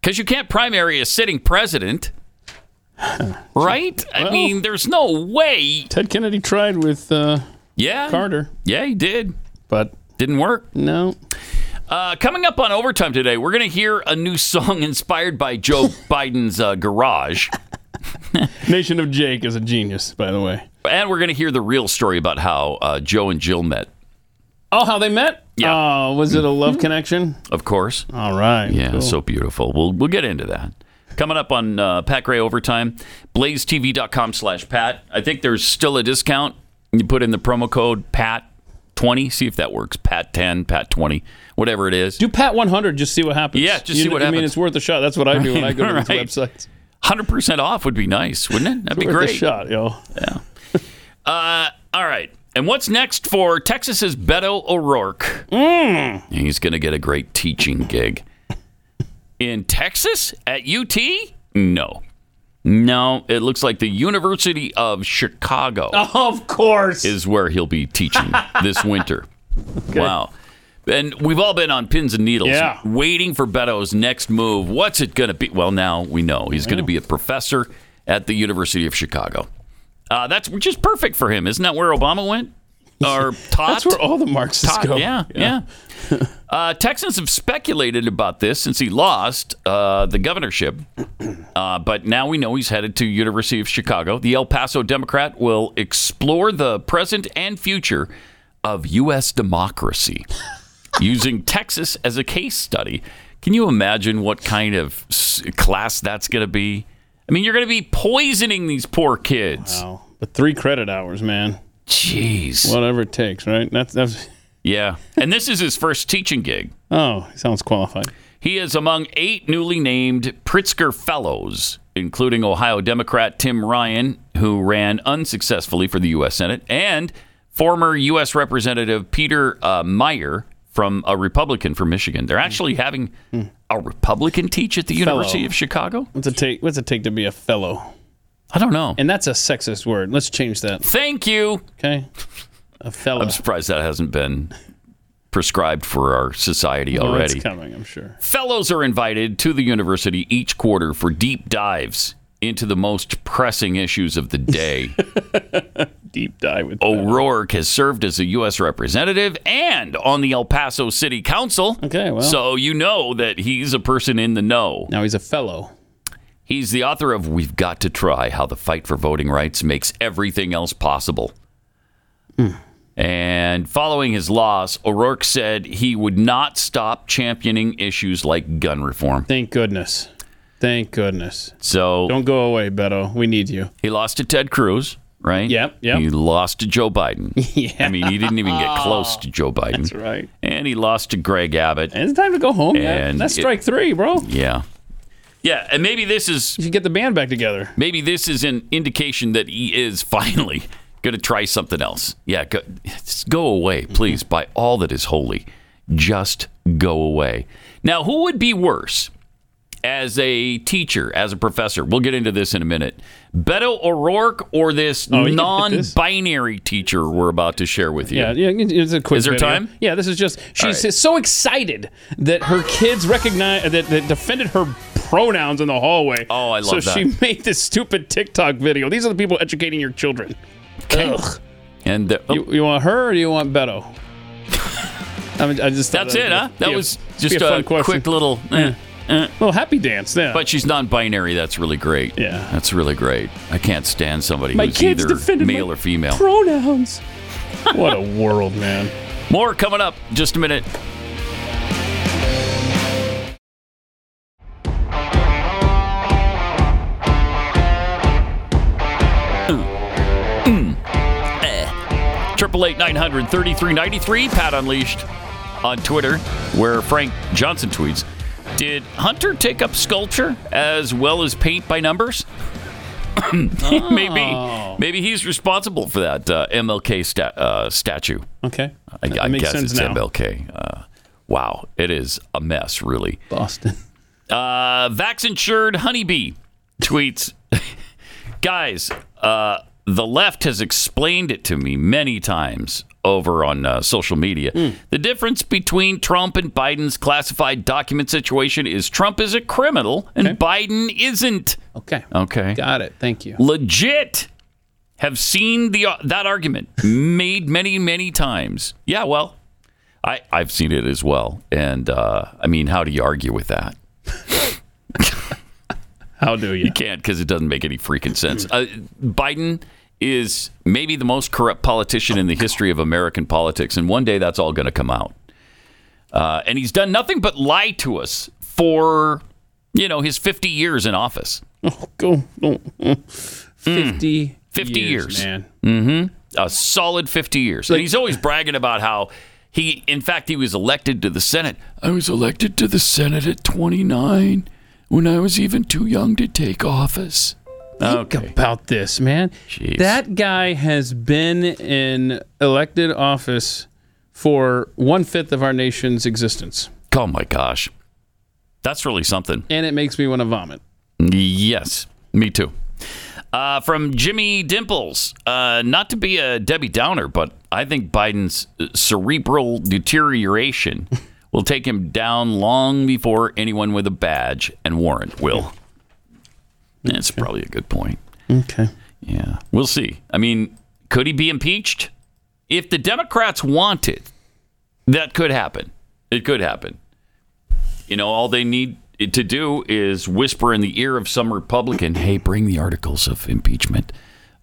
S2: because you can't primary a sitting president, right? I
S3: Well-
S2: mean, there's no way.
S3: Ted Kennedy tried with uh,
S2: Yeah,
S3: Carter,
S2: Yeah, he did.
S3: but
S2: Didn't work.
S3: no.
S2: Uh, coming up on overtime today, we're going to hear a new song (laughs) inspired by
S3: (laughs)
S2: Joe Biden's uh, garage.
S3: Nation of Jake is a genius, by the way.
S2: And we're going to hear the real story about how uh, Joe and Jill met,
S3: Oh, how they met?
S2: Yeah.
S3: Oh, was it a love connection?
S2: of course.
S3: All right.
S2: Yeah, so beautiful. We'll we'll get into that. Coming up on uh, Pat Gray Overtime, blazetv.com slash Pat. I think there's still a discount. You put in the promo code PAT20, see if that works. PAT10, PAT20, whatever it is.
S3: Do Pat 100, just see what happens.
S2: Yeah, just
S3: You
S2: see what
S3: I mean,
S2: happens.
S3: it's worth a shot. That's what I do when I go to these
S2: Right.
S3: websites.
S2: 100% off would be nice, wouldn't it? That'd be
S3: Worth a
S2: great.
S3: shot, yo.
S2: (laughs) All right. And what's next for Texas's Beto O'Rourke? He's going to get a great teaching gig. In Texas? At UT? No. No, it looks like the University of Chicago.
S3: Oh, Of course.
S2: is where he'll be
S3: (laughs)
S2: teaching this winter. Wow. And we've all been on pins and needles
S3: Yeah.
S2: waiting for Beto's next move. What's it going to be? Well, now we know he's going to be a professor at the University of Chicago. Uh, that's which is perfect for him. Isn't that where Obama went? Or taught?
S3: That's where all the Marxists
S2: Todd,
S3: go.
S2: Yeah, yeah. (laughs) uh, Texans have speculated about this since he lost uh, the governorship, uh, but now we know he's headed to University of Chicago. The El Paso Democrat will explore the present and future of U.S. democracy (laughs) using Texas as a case study. Can you imagine what kind of s- class that's going to be? I mean, you're going to be poisoning these poor kids.
S3: Wow. But three credit hours, man.
S2: Jeez.
S3: Whatever it takes, right? That's that's.
S2: Yeah. And this is his first teaching gig.
S3: Oh, he sounds qualified.
S2: He is among eight newly named Pritzker Fellows, including Ohio Democrat Tim Ryan, who ran unsuccessfully for the U.S. Senate, and former U.S. Representative Peter uh, Meyer from a Republican from Michigan. They're actually having a Republican teach at the University of Chicago.
S3: What's it take? What's it take to be a fellow?
S2: I don't know.
S3: And that's a sexist word. Let's change that.
S2: Thank you.
S3: Okay. A fellow.
S2: I'm surprised that hasn't been prescribed for our society
S3: Oh,
S2: already.
S3: It's coming, I'm sure.
S2: Fellows are invited to the university each quarter for deep dives into the most pressing issues of the
S3: (laughs)
S2: day.
S3: Deep dive
S2: Oh.
S3: with. that.
S2: O'Rourke has served as a U.S. representative and on the El Paso City Council.
S3: Okay, well.
S2: So you know that he's a person in the know.
S3: Now he's a fellow.
S2: He's the author of We've Got to Try How the Fight for Voting Rights Makes Everything Else Possible.
S3: Hmm.
S2: And following his loss, O'Rourke said he would not stop championing issues like gun reform.
S3: Thank goodness. Thank goodness.
S2: So
S3: Don't go away, Beto. We need you.
S2: He lost to Ted Cruz, right?
S3: Yep, yep.
S2: He lost to Joe
S3: (laughs)
S2: Biden. I mean, he didn't even get close to Joe Biden. That's
S3: right.
S2: And he lost to Greg Abbott.
S3: And it's time to go home. man.
S2: And
S3: That's
S2: it-
S3: strike three, bro. You
S2: yeah. Yeah, and maybe this is
S3: should get the band back together.
S2: maybe this is an indication that he is (laughs) finally going to try something else. Yeah, go, just go away,
S3: Mm-hmm.
S2: please, by all that is holy. Just go away. Now, who would be worse as a teacher, as a professor? We'll get into this in a minute. Beto O'Rourke or this
S3: you can hit Oh, (laughs) this.
S2: non-binary teacher we're about to share with you?
S3: Yeah, yeah, it- it's a quick.
S2: Is there
S3: video.
S2: time?
S3: Yeah, this is just she's
S2: right.
S3: so excited that her kids recognize that, that defended her pronouns in the hallway.
S2: Oh, I love
S3: so
S2: that.
S3: she made this stupid TikTok video. These are the people educating your children. Ugh.
S2: And the, oh,
S3: You, you want her or do you want Beto? (laughs) I, mean, I just thought
S2: that's
S3: that
S2: it, huh?
S3: would be
S2: That
S3: a-
S2: was
S3: be
S2: just
S3: a, fun
S2: a,
S3: question.
S2: quick little. eh.
S3: little happy dance there.
S2: But she's non-binary. That's really great.
S3: Yeah.
S2: that's really great. I can't stand somebody
S3: My
S2: who's
S3: kids
S2: either
S3: defended
S2: male
S3: my
S2: or female.
S3: pronouns. (laughs) what a world, man.
S2: More coming up. Just a minute. Triple eight nine hundred thirty three ninety three. Pat Unleashed on Twitter, where Frank Johnson tweets: Did Hunter take up sculpture as well as paint by numbers? (coughs) maybe, maybe he's responsible for that uh, MLK sta- uh, statue.
S3: Okay.
S2: I,
S3: That
S2: I
S3: makes
S2: guess
S3: sense
S2: it's
S3: now.
S2: MLK. Uh, wow, it is a mess, really.
S3: Boston. (laughs)
S2: Uh, Vax insured honeybee tweets, (laughs) guys. Uh, the left has explained it to me many times over on uh, social media.
S3: Hmm.
S2: The difference between Trump and Biden's classified document situation is Trump is a criminal and Biden isn't.
S3: Okay.
S2: Okay
S3: Got it.
S2: (laughs)
S3: Thank you.
S2: legit have seen the uh, that argument made many many times. Yeah, well, I I've seen it as well, and uh, I mean, how do you argue with that?
S3: How do you?
S2: Can't because it doesn't make any freaking sense. Uh, Biden is maybe the most corrupt politician in the history of American politics, and one day that's all going to come out. Uh, and he's done nothing but lie to us for you know his 50 years in office.
S3: Oh, go. oh, oh. 50,
S2: 50 years.
S3: Man.
S2: a solid 50 years. and he's always bragging about how he, in fact, he was elected to the Senate. I was elected to the Senate at 29 when I was even too young to take office.
S3: Think about this, man.
S2: Jeez.
S3: That guy has been in elected office for one fifth of our nation's existence.
S2: Oh my gosh. That's really something.
S3: And it makes me want to vomit.
S2: Yes, me too. Uh, from Jimmy Dimples, uh, not to be a Debbie Downer, but I think Biden's cerebral deterioration will take him down long before anyone with a badge and warrant will. That's probably a good point.
S3: Okay.
S2: Yeah, we'll see. I mean, could he be impeached? If the Democrats want it, that could happen. It could happen. You know, all they need to do is whisper in the ear of some Republican, "Hey, bring the articles of impeachment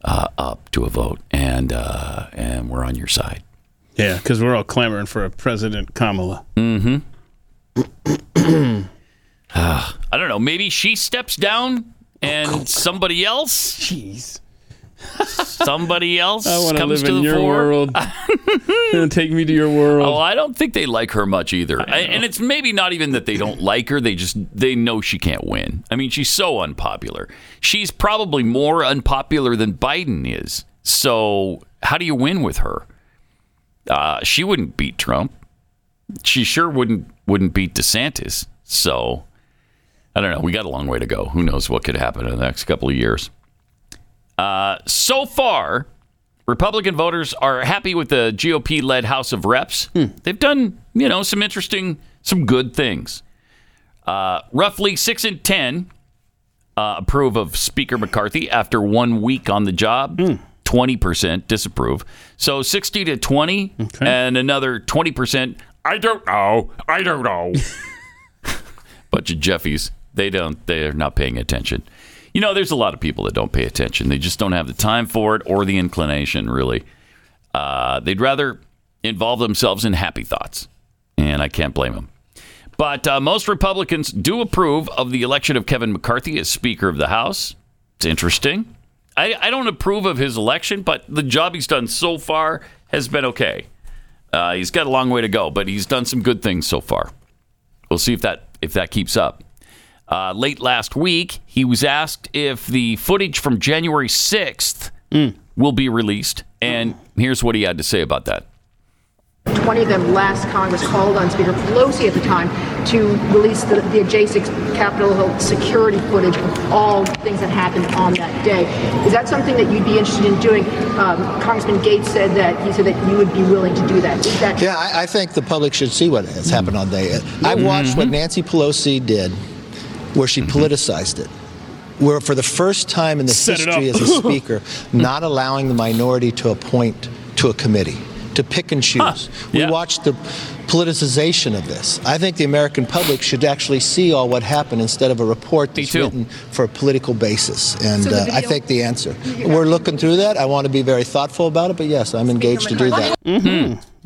S2: uh, up to a vote, and uh, and we're on your side."
S3: Yeah, because we're all clamoring for a President Kamala.
S2: Mm. I don't know. Maybe she steps down, and somebody else,
S3: Jeez.
S2: somebody else
S3: (laughs) I want to
S2: comes
S3: live
S2: to
S3: in
S2: the
S3: your
S2: fore.
S3: (laughs) world. Take me to your world.
S2: Oh, I don't think they like her much either. I- and it's maybe not even that they don't like her. They just they know she can't win. I mean, she's so unpopular. She's probably more unpopular than Biden is. So how do you win with her? Uh, she wouldn't beat Trump. She sure wouldn't wouldn't beat DeSantis. So I don't know. We got a long way to go. Who knows what could happen in the next couple of years? Uh, so far, Republican voters are happy with the GOP led House of Reps. They've done, you know, some interesting, some good things. Uh, roughly six in 10 uh, approve of Speaker McCarthy after one week on the job. 20% disapprove. So 60 to 20, and another 20%. I don't know. I don't know. Bunch of Jeffies. They don't, they're not paying attention. You know, there's a lot of people that don't pay attention. They just don't have the time for it or the inclination, really. Uh, they'd rather involve themselves in happy thoughts. And I can't blame them. But uh, most Republicans do approve of the election of Kevin McCarthy as Speaker of the House. It's interesting. I, I don't approve of his election, but the job he's done so far has been okay. Uh, he's got a long way to go, but he's done some good things so far. We'll see if that if that keeps up. Uh, late last week, he was asked if the footage from January sixth
S3: Hmm.
S2: will be released, and here's what he had to say about that.
S9: 20 of them last Congress called on Speaker Pelosi at the time to release the, the adjacent Capitol Hill security footage of all things that happened on that day. Is that something that you'd be interested in doing? Um, Congressman Gates said that he said that you would be willing to do that. Is that
S10: Yeah, I, I think the public should see what has happened on day. I
S3: Mm-hmm.
S10: watched what Nancy Pelosi did, where she politicized it, where for the first time in the
S3: Set it (laughs)
S10: history
S3: up.
S10: as a speaker, not allowing the minority to appoint to a committee. to pick and choose. We watched the politicization of this. I think the American public should actually see all what happened instead of a report that's written for a political basis. And
S11: So the
S10: uh, I
S11: video-
S10: think the answer. We're looking through that. I want to be very thoughtful about it, but yes, I'm engaged to do that.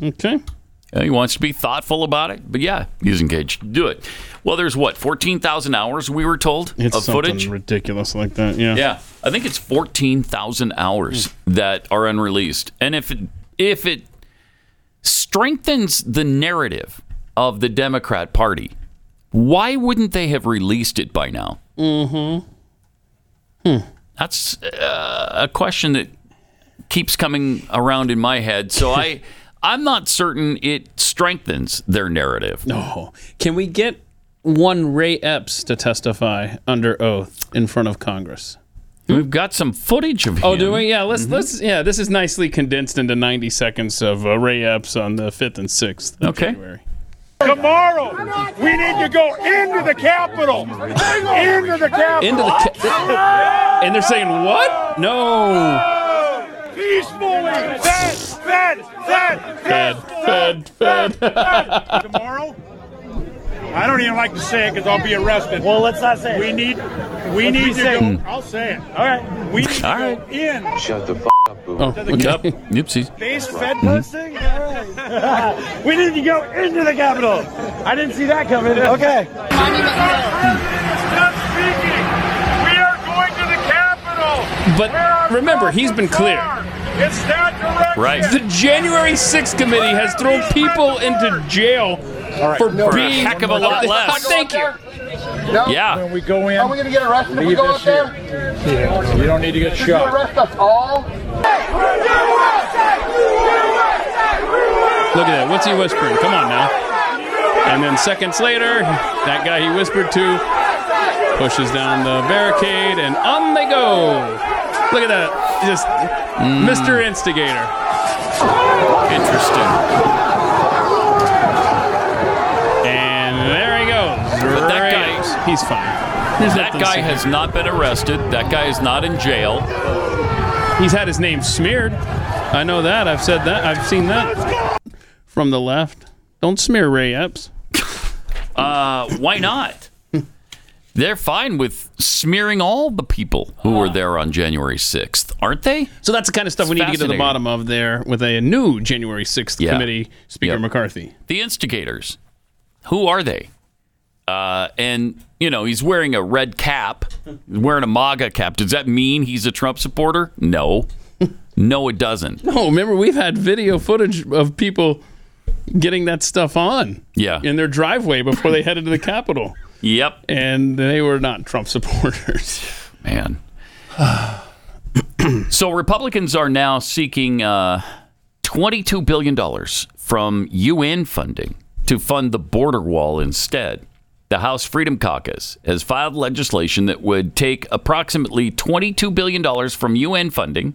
S3: Okay.
S2: Uh, he wants to be thoughtful about it, but yeah, he's engaged. to Do it. Well, there's what fourteen thousand hours we were told
S3: It's
S2: of
S3: something
S2: footage.
S3: ridiculous like that. Yeah.
S2: Yeah, I think it's fourteen thousand hours
S3: Hmm.
S2: that are unreleased, and if it, if it strengthens the narrative of the Democrat Party, why wouldn't they have released it by now?
S3: Mm-hmm. Hmm.
S2: That's uh, a question that keeps coming around in my head. So
S3: (laughs)
S2: I, I'm not certain it strengthens their narrative.
S3: No. Can we get one Ray Epps to testify under oath in front of Congress?
S2: We've got some footage of
S3: Oh,
S2: him.
S3: do we? Yeah, let's let's yeah. This is nicely condensed into 90 seconds of uh, Ray Epps on the fifth and sixth. Okay.
S12: Tomorrow, we need to go into the Capitol. Into the Capitol.
S3: Into the ca- and they're saying what? No.
S12: Peacefully. Fed, fed, fed,
S3: Fed, fed,
S12: fed. Tomorrow, I don't even like to say it because I'll be arrested. Well, let's not say it. We need, we
S13: Let's be
S12: need to
S13: safe.
S2: Mm.
S12: go. I'll say it. All right. We need
S3: Mm-hmm.
S12: to
S2: All
S12: go in.
S2: Shut the f- up,
S12: Boomer.
S2: Oh, yep. Oopsies.
S12: Base
S2: Mhm.
S12: Fed posting? Alright. (laughs) we need to go into the Capitol. I didn't see that coming. Okay. We are going to the Capitol.
S3: But remember, he's been clear.
S12: It's that direction.
S3: Right. The January 6th committee has thrown people into jail for
S12: no,
S3: being
S12: a heck of a
S3: (laughs)
S12: lot less.
S3: Thank you.
S12: No.
S3: Yeah.
S12: When we go in,
S14: Are we gonna get arrested if we
S12: leave
S14: go
S12: this
S14: out there?
S12: here. You don't need to get
S14: If you
S12: shot.
S14: arrest us all.
S3: Look at that. What's he whispering? Come on now. And then seconds later, that guy he whispered to pushes down the barricade and on they go. Look at that. Just Mr. Instigator. Interesting. And there he goes.
S2: But that guy-
S3: Raves. he's fine. There's
S2: that
S3: nothing
S2: guy
S3: serious.
S2: has not been arrested. That guy is not in jail.
S3: He's had his name smeared. I know that. I've said that. I've seen that from the left. Don't smear Ray Epps.
S2: Uh, why not? They're fine with smearing all the people who were there on January 6th, aren't they?
S3: So that's the kind of stuff we need to get to the bottom of there with a new January 6th
S2: Yeah.
S3: committee, Speaker McCarthy.
S2: The instigators. Who are they? Uh, and, you know, he's wearing a red cap, wearing a MAGA cap. Does that mean he's a Trump supporter? No. No, it doesn't.
S3: No, remember, we've had video footage of people getting that stuff on
S2: Yeah.
S3: in their driveway before they headed to the Capitol.
S2: Yep.
S3: And they were not Trump supporters. (laughs)
S2: Man. (sighs) so Republicans are now seeking uh, $22 billion from UN funding to fund the border wall instead. The House Freedom Caucus has filed legislation that would take approximately $22 billion from UN funding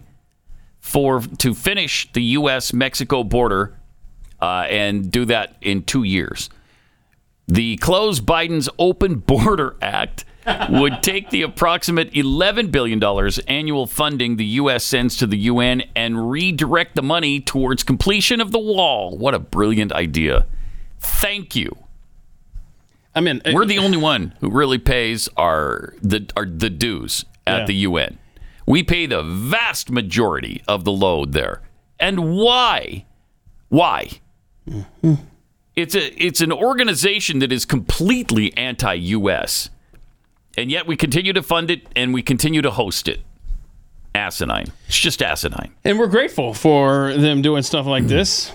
S2: for to finish the U.S. Mexico border uh, and do that in two years. The Close Biden's Open Border Act would take the approximate $11 billion annual funding the U.S. sends to the UN and redirect the money towards completion of the wall. What a brilliant idea. Thank you.
S3: I mean,
S2: we're the only one who really pays our the our, the dues at
S3: Yeah.
S2: the UN. We pay the vast majority of the load there. And why? Why?
S3: Mm-hmm.
S2: It's a it's an organization that is completely anti-US. And yet we continue to fund it and we continue to host it. Asinine. It's just asinine.
S3: And we're grateful for them doing stuff like this.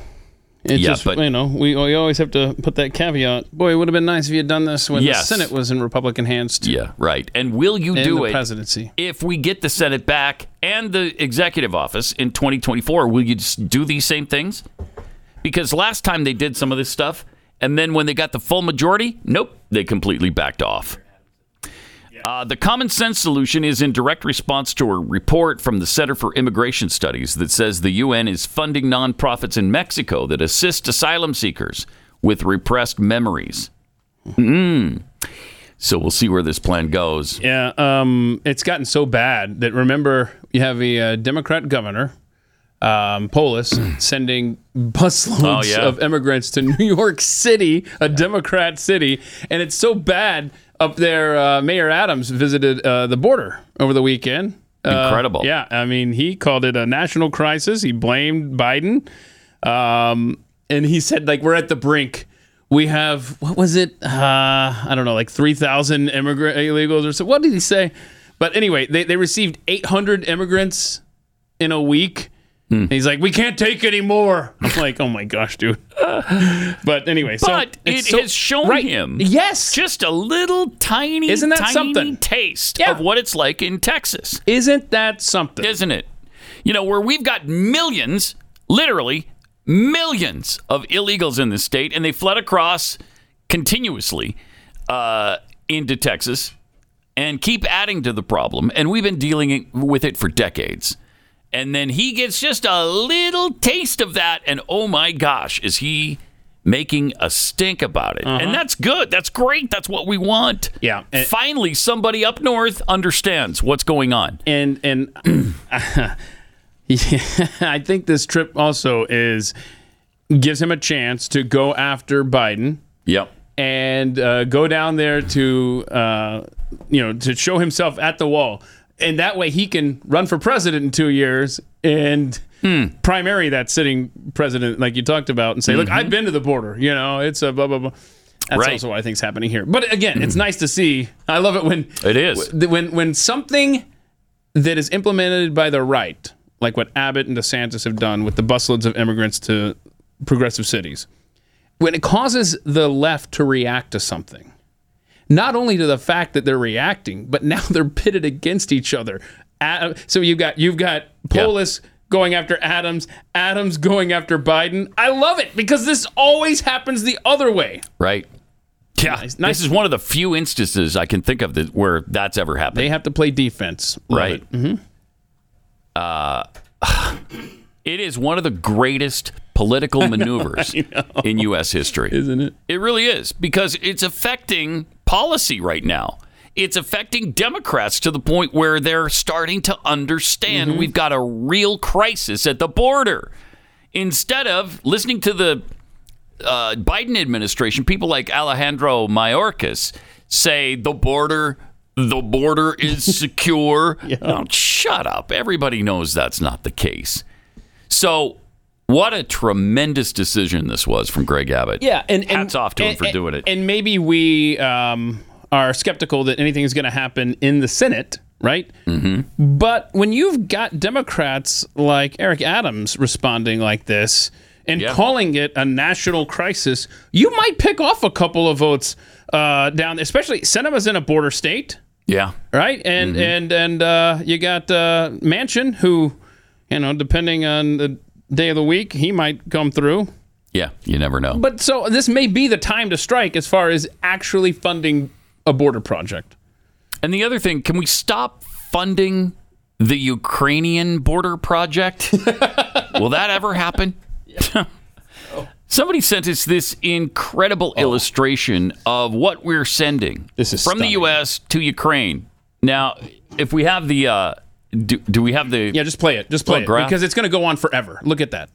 S3: It's
S2: Yeah,
S3: just,
S2: but-
S3: you know, we, we always have to put that caveat. Boy, it would have been nice if you had done this when
S2: Yes.
S3: the Senate was in Republican hands. Too.
S2: Yeah, right. And will you
S3: And
S2: do
S3: the
S2: it
S3: presidency.
S2: if we get the Senate back and the executive office in 2024? Will you just do these same things? Because last time they did some of this stuff, and then when they got the full majority, nope, they completely backed off. Uh, the common sense solution is in direct response to a report from the Center for Immigration Studies that says the UN is funding nonprofits in Mexico that assist asylum seekers with repressed memories. Mm. So we'll see where this plan goes.
S3: Yeah, um, it's gotten so bad that remember you have a uh, Democrat governor
S2: (clears throat)
S3: um, Polis sending busloads
S2: Oh, yeah.
S3: of immigrants to (laughs) New York City, a Democrat city, and it's so bad up there. Uh, Mayor Adams visited uh, the border over the weekend. Uh,
S2: Incredible.
S3: yeah, I mean, he called it a national crisis. He blamed Biden, um, and he said like we're at the brink. We have what was it? Uh, I don't know, like three thousand immigrant illegals or so. What did he say? But anyway, they, they received eight hundred immigrants in a week.
S2: Hmm.
S3: And he's like, we can't take any more. I'm like, oh my gosh, dude. but anyway, so
S2: but it
S3: it's so-
S2: has shown
S3: right.
S2: him,
S3: yes,
S2: just a little tiny,
S3: Isn't that
S2: tiny
S3: something?
S2: taste
S3: Yeah.
S2: of what it's like in Texas,
S3: Isn't that something?
S2: isn't it? You know, where we've got millions, literally millions of illegals in this state, and they fled across continuously uh, into Texas and keep adding to the problem. And we've been dealing it- with it for decades. And then he gets just a little taste of that, and oh my gosh, is he making a stink about it? And that's good. That's great. That's what we want.
S3: Uh-huh. Yeah. And,
S2: Finally, somebody up north understands what's going on.
S3: and and (clears throat) yeah, (laughs) I think this trip also is gives him a chance to go after Biden
S2: Yep.
S3: and uh, go down there to uh, you know to show himself at the wall, and that way he can run for president in two years and
S2: Hmm.
S3: primary that sitting president like you talked about and say, look, I've been to the border. You know, it's a blah blah blah. That's
S2: Mm-hmm. Right. Hmm.
S3: also what I think's happening here. But again, it's nice to see. I love it when
S2: It is.
S3: th- when when something that is implemented by the right, like what Abbott and DeSantis have done with the busloads of immigrants to progressive cities, when it causes the left to react to something, not only to the fact that they're reacting, but (laughs) now they're pitted against each other. A- So you've got you've got
S2: Yeah.
S3: Polis going after Adams, Adams going after Biden. I love it because this always happens the other way.
S2: Right. Yeah.
S3: nice.
S2: This is one of the few instances I can think of that where that's ever happened.
S3: They have to play defense, Love
S2: right.
S3: it.
S2: Mm-hmm. Uh, (sighs) it is one of the greatest
S3: (laughs)
S2: political maneuvers in U.S. history.
S3: Isn't it?
S2: It really is because it's affecting policy right now. It's affecting Democrats to the point where they're starting to understand
S3: Mm-hmm.
S2: we've got a real crisis at the border. Instead of listening to the uh, Biden administration, people like Alejandro Mayorkas say the border, the border is secure. Oh, shut up! Everybody knows that's not the case. So, what a tremendous decision this was from Greg Abbott.
S3: Yeah, and, and
S2: Hats off to him
S3: and-
S2: for doing it.
S3: And maybe we um, are skeptical that anything is going to happen in the Senate, right? Mm-hmm. But when you've got Democrats like Eric Adams responding like this and
S2: Yeah.
S3: calling it a national crisis, you might pick off a couple of votes uh, down, there, especially Sinema's in a border state
S2: yeah.
S3: right? And
S2: Mm-hmm.
S3: and and uh, you got uh, Mansion, who, you know, depending on the day of the week, he might come through.
S2: Yeah, you never know.
S3: But so this may be the time to strike as far as actually funding a border project.
S2: and the other thing, can we stop funding the Ukrainian border
S3: (laughs)
S2: project? Will that ever happen? (laughs) Somebody sent us this incredible illustration of what we're sending
S3: Oh. This is
S2: from
S3: stunning.
S2: the U.S. to Ukraine. Now, if we have the, uh, do, do we have the?
S3: Yeah, just play it. Just play
S2: Little
S3: it
S2: graph.
S3: because it's going to go on forever. Look at that,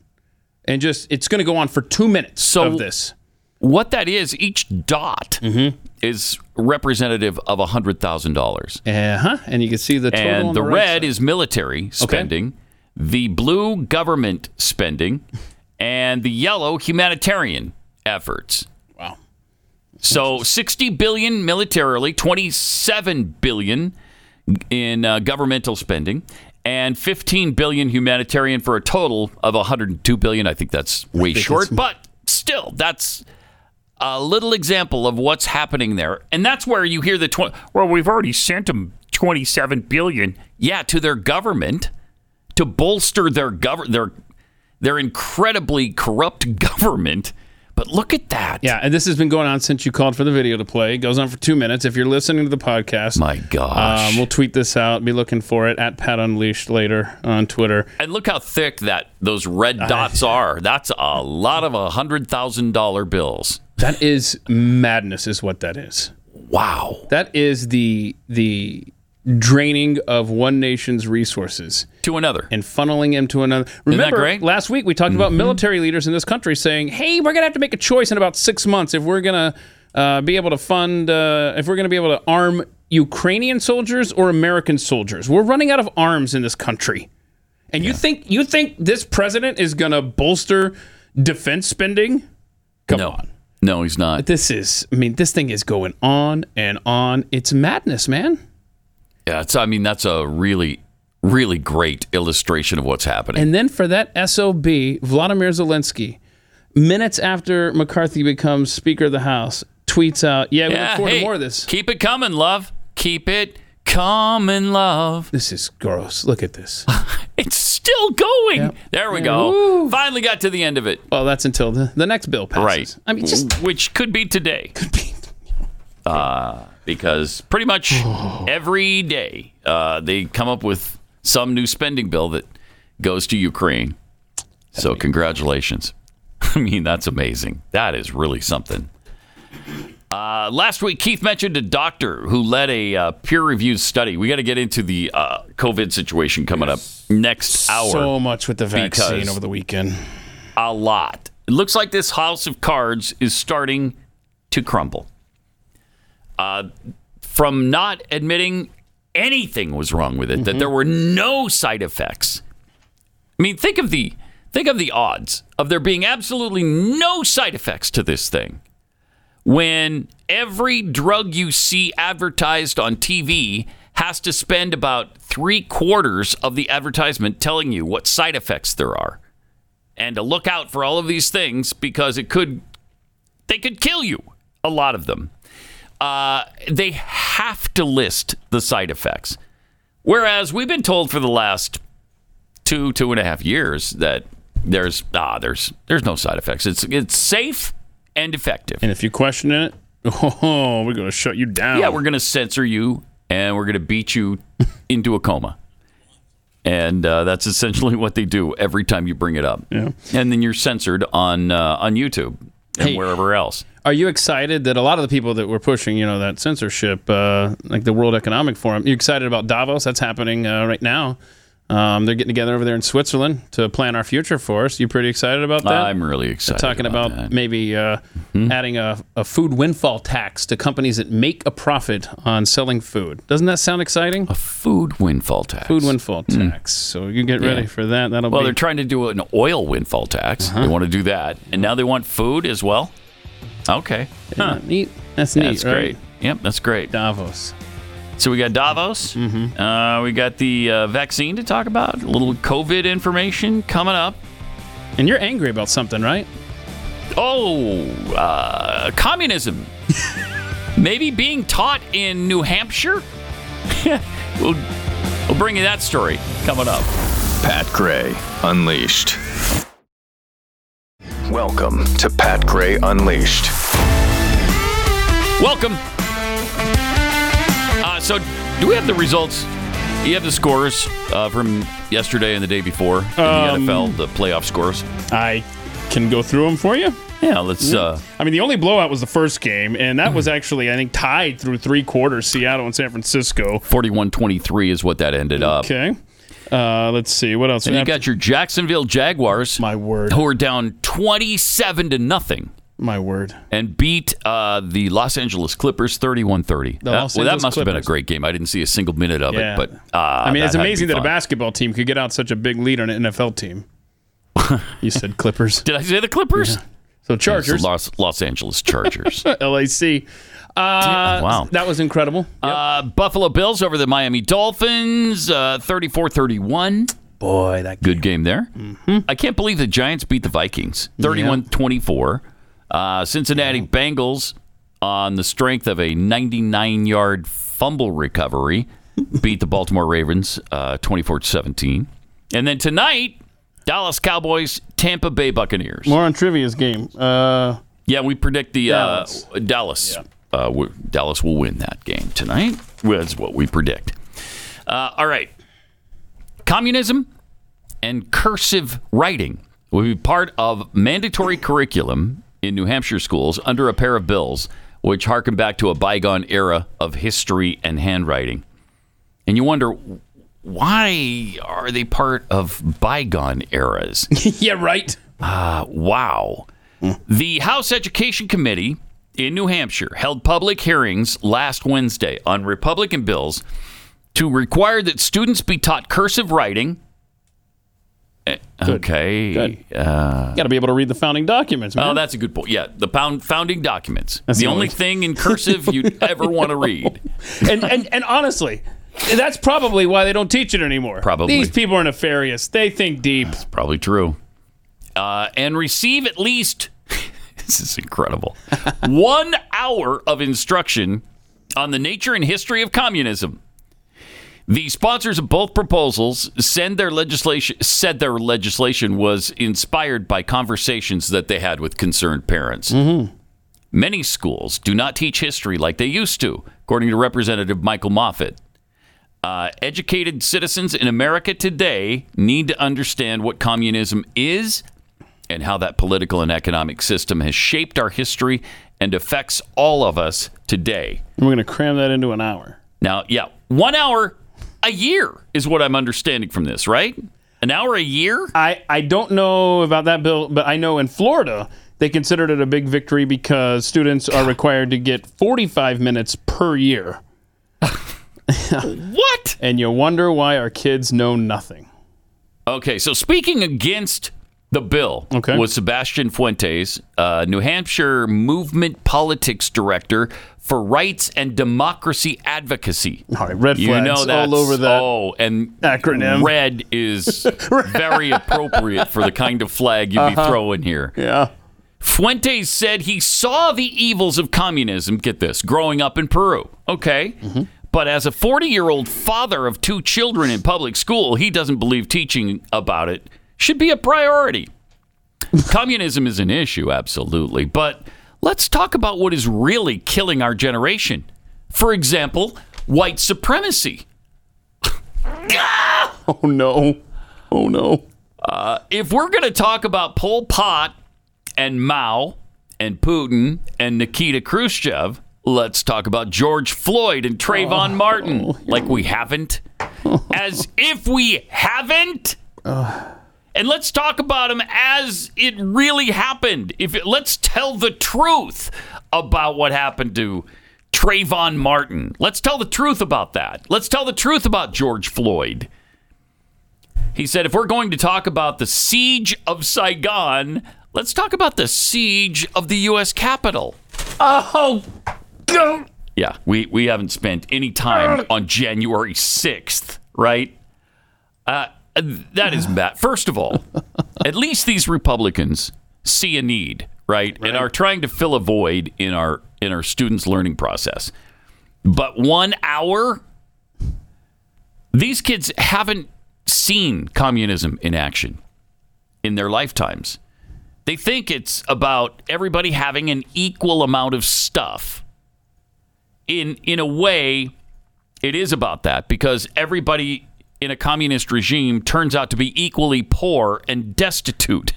S3: and just it's going to go on for two minutes
S2: So-
S3: of this.
S2: What that is, each dot
S3: Mm-hmm.
S2: is representative of a hundred thousand dollars.
S3: Uh huh. And you can see the total on
S2: and the,
S3: right
S2: red
S3: side.
S2: is military spending, the blue government spending, and the yellow humanitarian efforts.
S3: wow.
S2: So 60 billion militarily, 27 billion in uh, governmental spending, and 15 billion humanitarian for a total of 102 billion. I think that's way short, but still, that's a little example of what's happening there. And that's where you hear the 20 well, we've already sent them 27 billion. Yeah, to their government to bolster their gov- their their incredibly corrupt (laughs) government. But look at that.
S3: Yeah, and this has been going on since you called for the video to play. It goes on for two minutes. If you're listening to the podcast,
S2: My gosh.
S3: Um, we'll tweet this out. Be looking for it at Pat Unleashed later on Twitter.
S2: And look how thick that those red dots
S3: (laughs)
S2: are. That's a lot of a hundred thousand dollar bills.
S3: That is madness, is what that is.
S2: Wow.
S3: That is the the draining of one nation's resources
S2: to another
S3: and funneling them to another. Remember, last week we talked about military leaders in this country saying, "Hey, we're going to have to make a choice in about six months if we're going to uh, be able to fund, uh, if we're going to be able to arm Ukrainian soldiers or American soldiers. We're running out of arms in this country." And you think you think this president is going to bolster defense spending? Come on.
S2: No, he's not.
S3: This is, I mean, this thing is going on and on. It's madness, man.
S2: Yeah, it's, I mean, that's a really, really great illustration of what's happening.
S3: And then for that SOB, Vladimir Zelensky, minutes after McCarthy becomes Speaker of the House, tweets out, Yeah, we look forward to more of this.
S2: Keep it coming, love. Keep it coming, love.
S3: This is gross. Look at this. (laughs)
S2: it's still going. There we go. Finally got to the end of it.
S3: Well, that's until the, the next bill passes.
S2: Right.
S3: I mean, just-
S2: which could be today. Could be. Uh, because pretty (sighs) much every day uh, they come up with some new spending bill that goes to Ukraine. So congratulations. (laughs) I mean, that's amazing. That is really something. Uh, last week, Keith mentioned a doctor who led a uh, peer-reviewed study. We got to get into the uh, COVID situation coming up next hour.
S3: So much with the vaccine
S2: because
S3: over the weekend.
S2: a lot. It looks like this house of cards is starting to crumble. Uh, from not admitting anything was wrong with it, that there were no side effects. I mean, think of the think of the odds of there being absolutely no side effects to this thing. When every drug you see advertised on TV has to spend about three quarters of the advertisement telling you what side effects there are and to look out for all of these things because it could they could kill you a lot of them uh, they have to list the side effects whereas we've been told for the last two two and a half years that there's ah there's there's no side effects it's it's safe and effective
S3: And if you question it, (laughs) oh, we're going to shut you down.
S2: yeah, we're going to censor you and we're going to beat
S3: (laughs)
S2: you into a coma. And uh, that's essentially (laughs) what they do every time you bring it up. Yeah. And then you're censored on uh, on YouTube and wherever else.
S3: Are you excited that a lot of the people that were pushing, you know, that censorship, uh, like the World Economic Forum, you excited about Davos? That's happening uh, right now. Um, they're getting together over there in Switzerland to plan our future for us. You pretty excited about that?
S2: I'm really excited Hmm?
S3: They're talking about, maybe uh, adding a, a food windfall tax to companies that make a profit on selling food. Doesn't that sound exciting? A
S2: food windfall tax.
S3: Food windfall tax. So you get ready
S2: Hmm. Yeah.
S3: for that. That'll
S2: Well,
S3: be
S2: they're trying to do an oil windfall tax.
S3: Uh-huh.
S2: They want to do that, and now they want food as well. Okay,
S3: Yeah, neat. That's neat,
S2: That's
S3: right?
S2: great. Yep, that's great.
S3: Davos.
S2: So we got Davos. Mm-hmm. Uh, we got the uh, vaccine to talk about. A little COVID information coming up.
S3: And you're angry about something, right?
S2: Oh, uh, communism. Maybe being taught in New Hampshire. (laughs) we'll, we'll bring you that story coming up.
S1: Pat Gray Unleashed. Welcome to Pat Gray Unleashed.
S2: Welcome. Uh, so, do we have the results? You have the scores uh, from yesterday and the day before in the
S3: Um,
S2: NFL, the playoff scores.
S3: I can go through them for you.
S2: Yeah, let's. Uh,
S3: I mean, the only blowout was the first game, and that
S2: Mm-hmm.
S3: was actually, I think, tied through three quarters. Seattle and San Francisco.
S2: 41 23 is what that ended up.
S3: Okay. Uh, let's see. What else?
S2: And you got your Jacksonville Jaguars.
S3: My word.
S2: Who are down 27 to nothing.
S3: My word.
S2: And beat uh, the Los Angeles Clippers 31 30.
S3: The Los
S2: well, that
S3: Angeles
S2: must have been a
S3: Clippers.
S2: great game. I didn't see a single minute of
S3: Yeah.
S2: it. but uh, I
S3: I mean, it's amazing that a basketball team could get out such a big lead on an
S2: (laughs)
S3: NFL team. you said Clippers.
S2: Did I say the Clippers?
S3: So Chargers.
S2: Los, Los Angeles Chargers.
S3: (laughs) LAC. Uh,
S2: wow.
S3: That was incredible.
S2: Uh, Buffalo Bills over the Miami Dolphins, uh, 34-31.
S3: Boy, that Mm-hmm.
S2: Good game there. I can't believe the Giants beat the Vikings, 31-24. Uh, Cincinnati Bengals, on the strength of a 99-yard fumble
S3: (laughs)
S2: recovery, beat the Baltimore Ravens, uh, 24-17. And then tonight, Dallas Cowboys, Tampa Bay Buccaneers.
S3: More on Trivia's game. Uh, (laughs)
S2: Yeah, we predict the
S3: Dallas.
S2: Uh, Dallas. Uh, we- Dallas will win that game tonight. That's what we predict. Uh, all right. Communism and cursive writing will be part of mandatory curriculum in New Hampshire schools under a pair of bills which harken back to a bygone era of history and handwriting. and you wonder why are they part of bygone eras?
S3: yeah, right.
S2: Uh, wow. The House Education Committee in New Hampshire held public hearings last Wednesday on Republican bills to require that students be taught cursive writing. Eh, Okay. Uh,
S3: Got to be able to read the founding documents. Man.
S2: Oh, that's a good point. Yeah, the pound founding documents.
S3: That's
S2: the
S3: the
S2: only
S3: only-
S2: thing in cursive (laughs) you ever want to read.
S3: and, and and honestly, that's probably why they don't teach it anymore.
S2: Probably.
S3: these people are nefarious. They think deep.
S2: Probably true. Uh, and receive at least (laughs) this is incredible one hour of instruction on the nature and history of communism. The sponsors of both proposals send their legislation said their legislation was inspired by conversations that they had with concerned parents. Many schools do not teach history like they used to, according to Representative Michael Moffat. Uh, educated citizens in America today need to understand what communism is and how that political and economic system has shaped our history and affects all of us today.
S3: And we're gonna cram that into an hour.
S2: Now, yeah, one hour a year is what I'm understanding from this, right? An hour a year?
S3: I, I don't know about that bill, but I know in Florida they considered it a big victory because students are required to get 45 minutes per year.
S2: (laughs) what?
S3: And you wonder why our kids know nothing.
S2: Okay, so speaking against the bill
S3: Okay.
S2: was Sebastian Fuentes, uh, New Hampshire Movement Politics Director for Rights and Democracy Advocacy.
S3: All right, red
S2: you
S3: flags
S2: know that's,
S3: all over that.
S2: Oh, and
S3: acronym.
S2: red
S3: (laughs)
S2: is very appropriate for the kind of flag you'd be
S3: Uh-huh.
S2: throwing here.
S3: Yeah.
S2: Fuentes said he saw the evils of communism, get this, growing up in Peru. Okay.
S3: Mm-hmm.
S2: But as a 40 year old father of two children in public school, he doesn't believe teaching about it should be a
S3: (laughs)
S2: priority. Communism is an issue, absolutely. But let's talk about what is really killing our generation. For example, white supremacy.
S3: (laughs) Oh no. Oh no.
S2: Uh, if we're going to talk about Pol Pot and Mao and Putin and Nikita Khrushchev, let's talk about George Floyd and Trayvon Martin like we haven't. As if we haven't. And let's talk about them as it really happened. If it, let's tell the truth about what happened to Trayvon Martin. Let's tell the truth about that. Let's tell the truth about George Floyd. He said, if we're going to talk about the siege of Saigon, let's talk about the siege of the U.S. Capitol.
S3: Oh. Go.
S2: Yeah, we, we haven't spent any time on January 6th, right? Uh, that is bad. First of
S3: (laughs)
S2: all, at least these Republicans see a need, right? And are trying to fill a void in our in our students' learning process. But one hour, these kids haven't seen communism in action in their lifetimes. They think it's about everybody having an equal amount of stuff in in a way it is about that because everybody in a communist regime turns out to be equally poor and destitute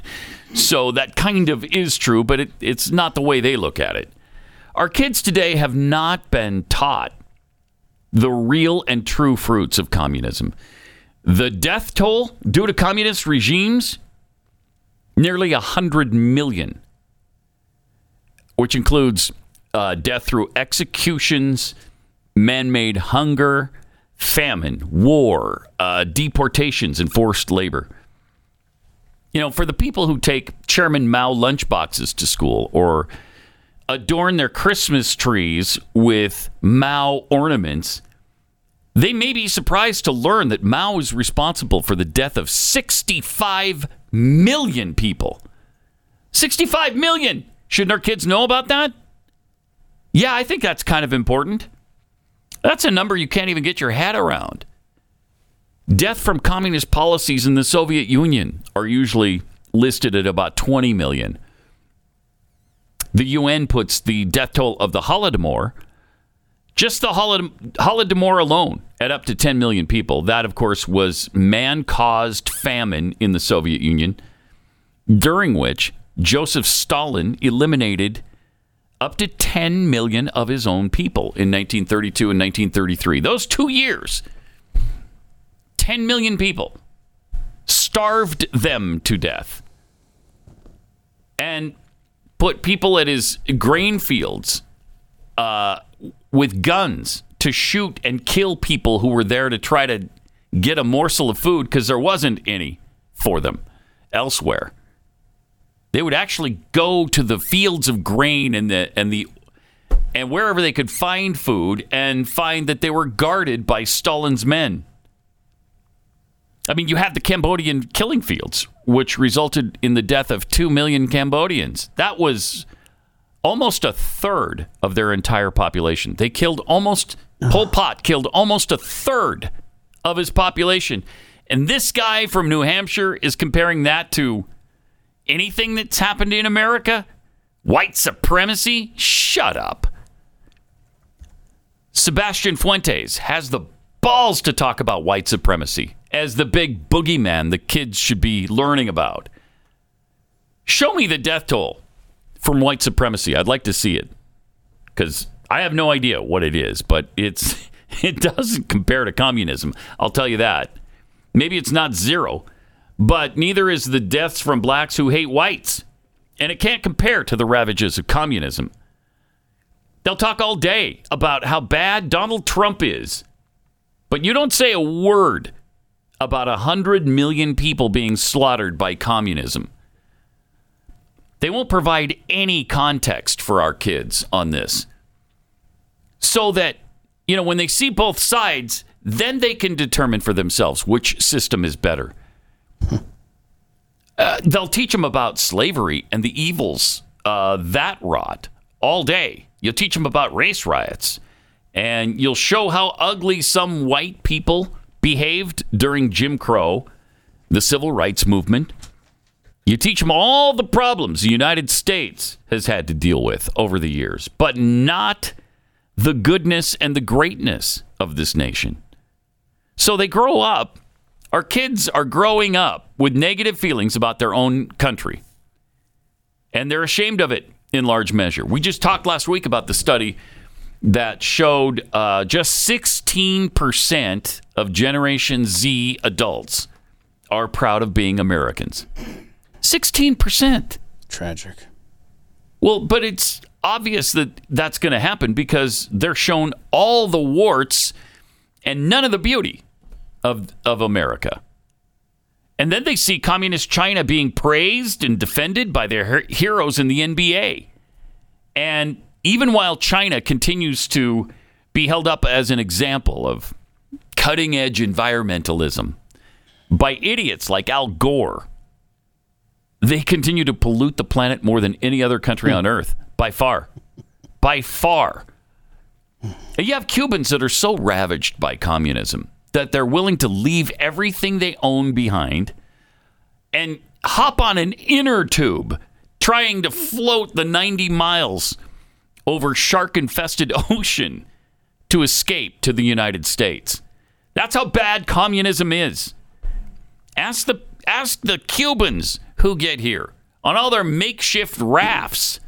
S2: so that kind of is true but it, it's not the way they look at it our kids today have not been taught the real and true fruits of communism the death toll due to communist regimes nearly 100 million which includes uh, death through executions, man made hunger, famine, war, uh, deportations, and forced labor. You know, for the people who take Chairman Mao lunchboxes to school or adorn their Christmas trees with Mao ornaments, they may be surprised to learn that Mao is responsible for the death of 65 million people. 65 million. Shouldn't our kids know about that? Yeah, I think that's kind of important. That's a number you can't even get your head around. Death from communist policies in the Soviet Union are usually listed at about 20 million. The UN puts the death toll of the Holodomor, just the Holod- Holodomor alone, at up to 10 million people. That, of course, was man caused famine in the Soviet Union during which Joseph Stalin eliminated up to 10 million of his own people in 1932 and 1933. Those two years, 10 million people, starved them to death, and put people at his grain fields uh, with guns to shoot and kill people who were there to try to get a morsel of food because there wasn't any for them elsewhere. They would actually go to the fields of grain and the and the and wherever they could find food and find that they were guarded by Stalin's men. I mean, you have the Cambodian killing fields, which resulted in the death of 2 million Cambodians. That was almost a third of their entire population. They killed almost, Pol Pot killed almost a third of his population. And this guy from New Hampshire is comparing that to anything that's happened in America? White supremacy? Shut up. Sebastian Fuentes has the balls to talk about white supremacy as the big boogeyman the kids should be learning about. Show me the death toll from white supremacy. I'd like to see it because I have no idea what it is, but it's (laughs) it doesn't compare to communism. I'll tell you that. Maybe it's not zero, but neither is the deaths from blacks who hate whites, and it can't compare to the ravages of communism. They'll talk all day about how bad Donald Trump is, but you don't say a word about a hundred million people being slaughtered by communism. They won't provide any context for our kids on this. So that, you know, when they see both sides, then they can determine for themselves which system is better. Uh, they'll teach them about slavery and the evils uh, that wrought all day. You'll teach them about race riots, and you'll show how ugly some white people behaved during Jim Crow, the civil rights movement. You teach them all the problems the United States has had to deal with over the years, but not the goodness and the greatness of this nation. So they grow up, our kids are growing up with negative feelings about their own country. And they're ashamed of it in large measure. We just talked last week about the study that showed uh, just 16% of Generation Z adults are proud of being Americans. 16%.
S3: Tragic.
S2: Well, but it's obvious that that's going to happen because they're shown all the warts and none of the beauty of of America. And then they see communist China being praised and defended by their he- heroes in the NBA. And even while China continues to be held up as an example of cutting edge environmentalism by idiots like Al Gore, they continue to pollute the planet more than any other country on earth by far by far and you have cubans that are so ravaged by communism that they're willing to leave everything they own behind and hop on an inner tube trying to float the 90 miles over shark infested (laughs) ocean to escape to the united states that's how bad communism is ask the ask the cubans who get here on all their makeshift rafts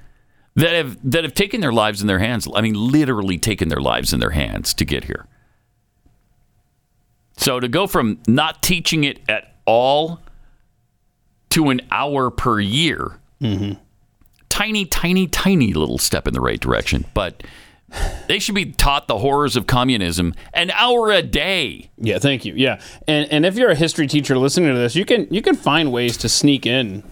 S2: that have that have taken their lives in their hands. I mean, literally taken their lives in their hands to get here. So to go from not teaching it at all to an hour per year, tiny, tiny, tiny little step in the right direction. But they should be taught the horrors of communism an hour a day.
S3: Yeah, thank you. Yeah, and and if you're a history teacher listening to this, you can you can find ways to sneak in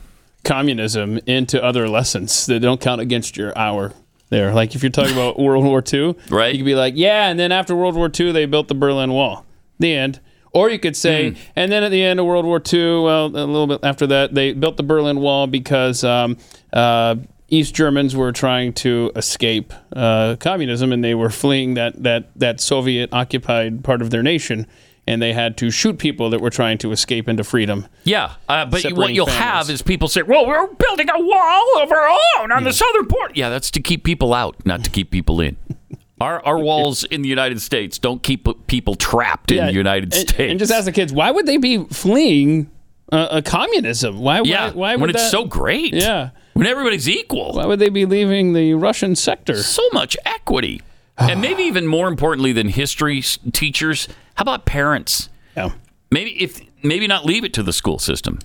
S3: communism into other lessons that don't count against your hour there. Like if you're talking about World War II, right? You could be like, yeah, and then after World War II, they built the Berlin Wall. The end. Or you could say,
S2: Hmm.
S3: and then at the end of World War II, well, a little bit after that, they built the Berlin Wall because um, uh, East Germans were trying to escape uh, communism and they were fleeing that, that, that Soviet occupied part of their nation. And they had to shoot people that were trying to escape into freedom.
S2: Yeah, uh, but what
S3: Separating
S2: you'll
S3: families.
S2: have is people say, "Well, we're building a wall of our own on the southern border." Yeah, that's to keep people out, not to keep people in. (laughs) Our our walls in the United States don't keep people trapped in
S3: Yeah,
S2: the United
S3: and,
S2: States.
S3: And just ask the kids, why would they be fleeing uh, a communism? Why?
S2: yeah,
S3: Why, why would
S2: when it's
S3: that-
S2: so great.
S3: Yeah.
S2: when everybody's equal.
S3: Why would they be leaving the Russian sector?
S2: So much equity, and maybe even more importantly than history s- teachers, how about parents?
S3: Yeah.
S2: Maybe if maybe not leave it to the school system.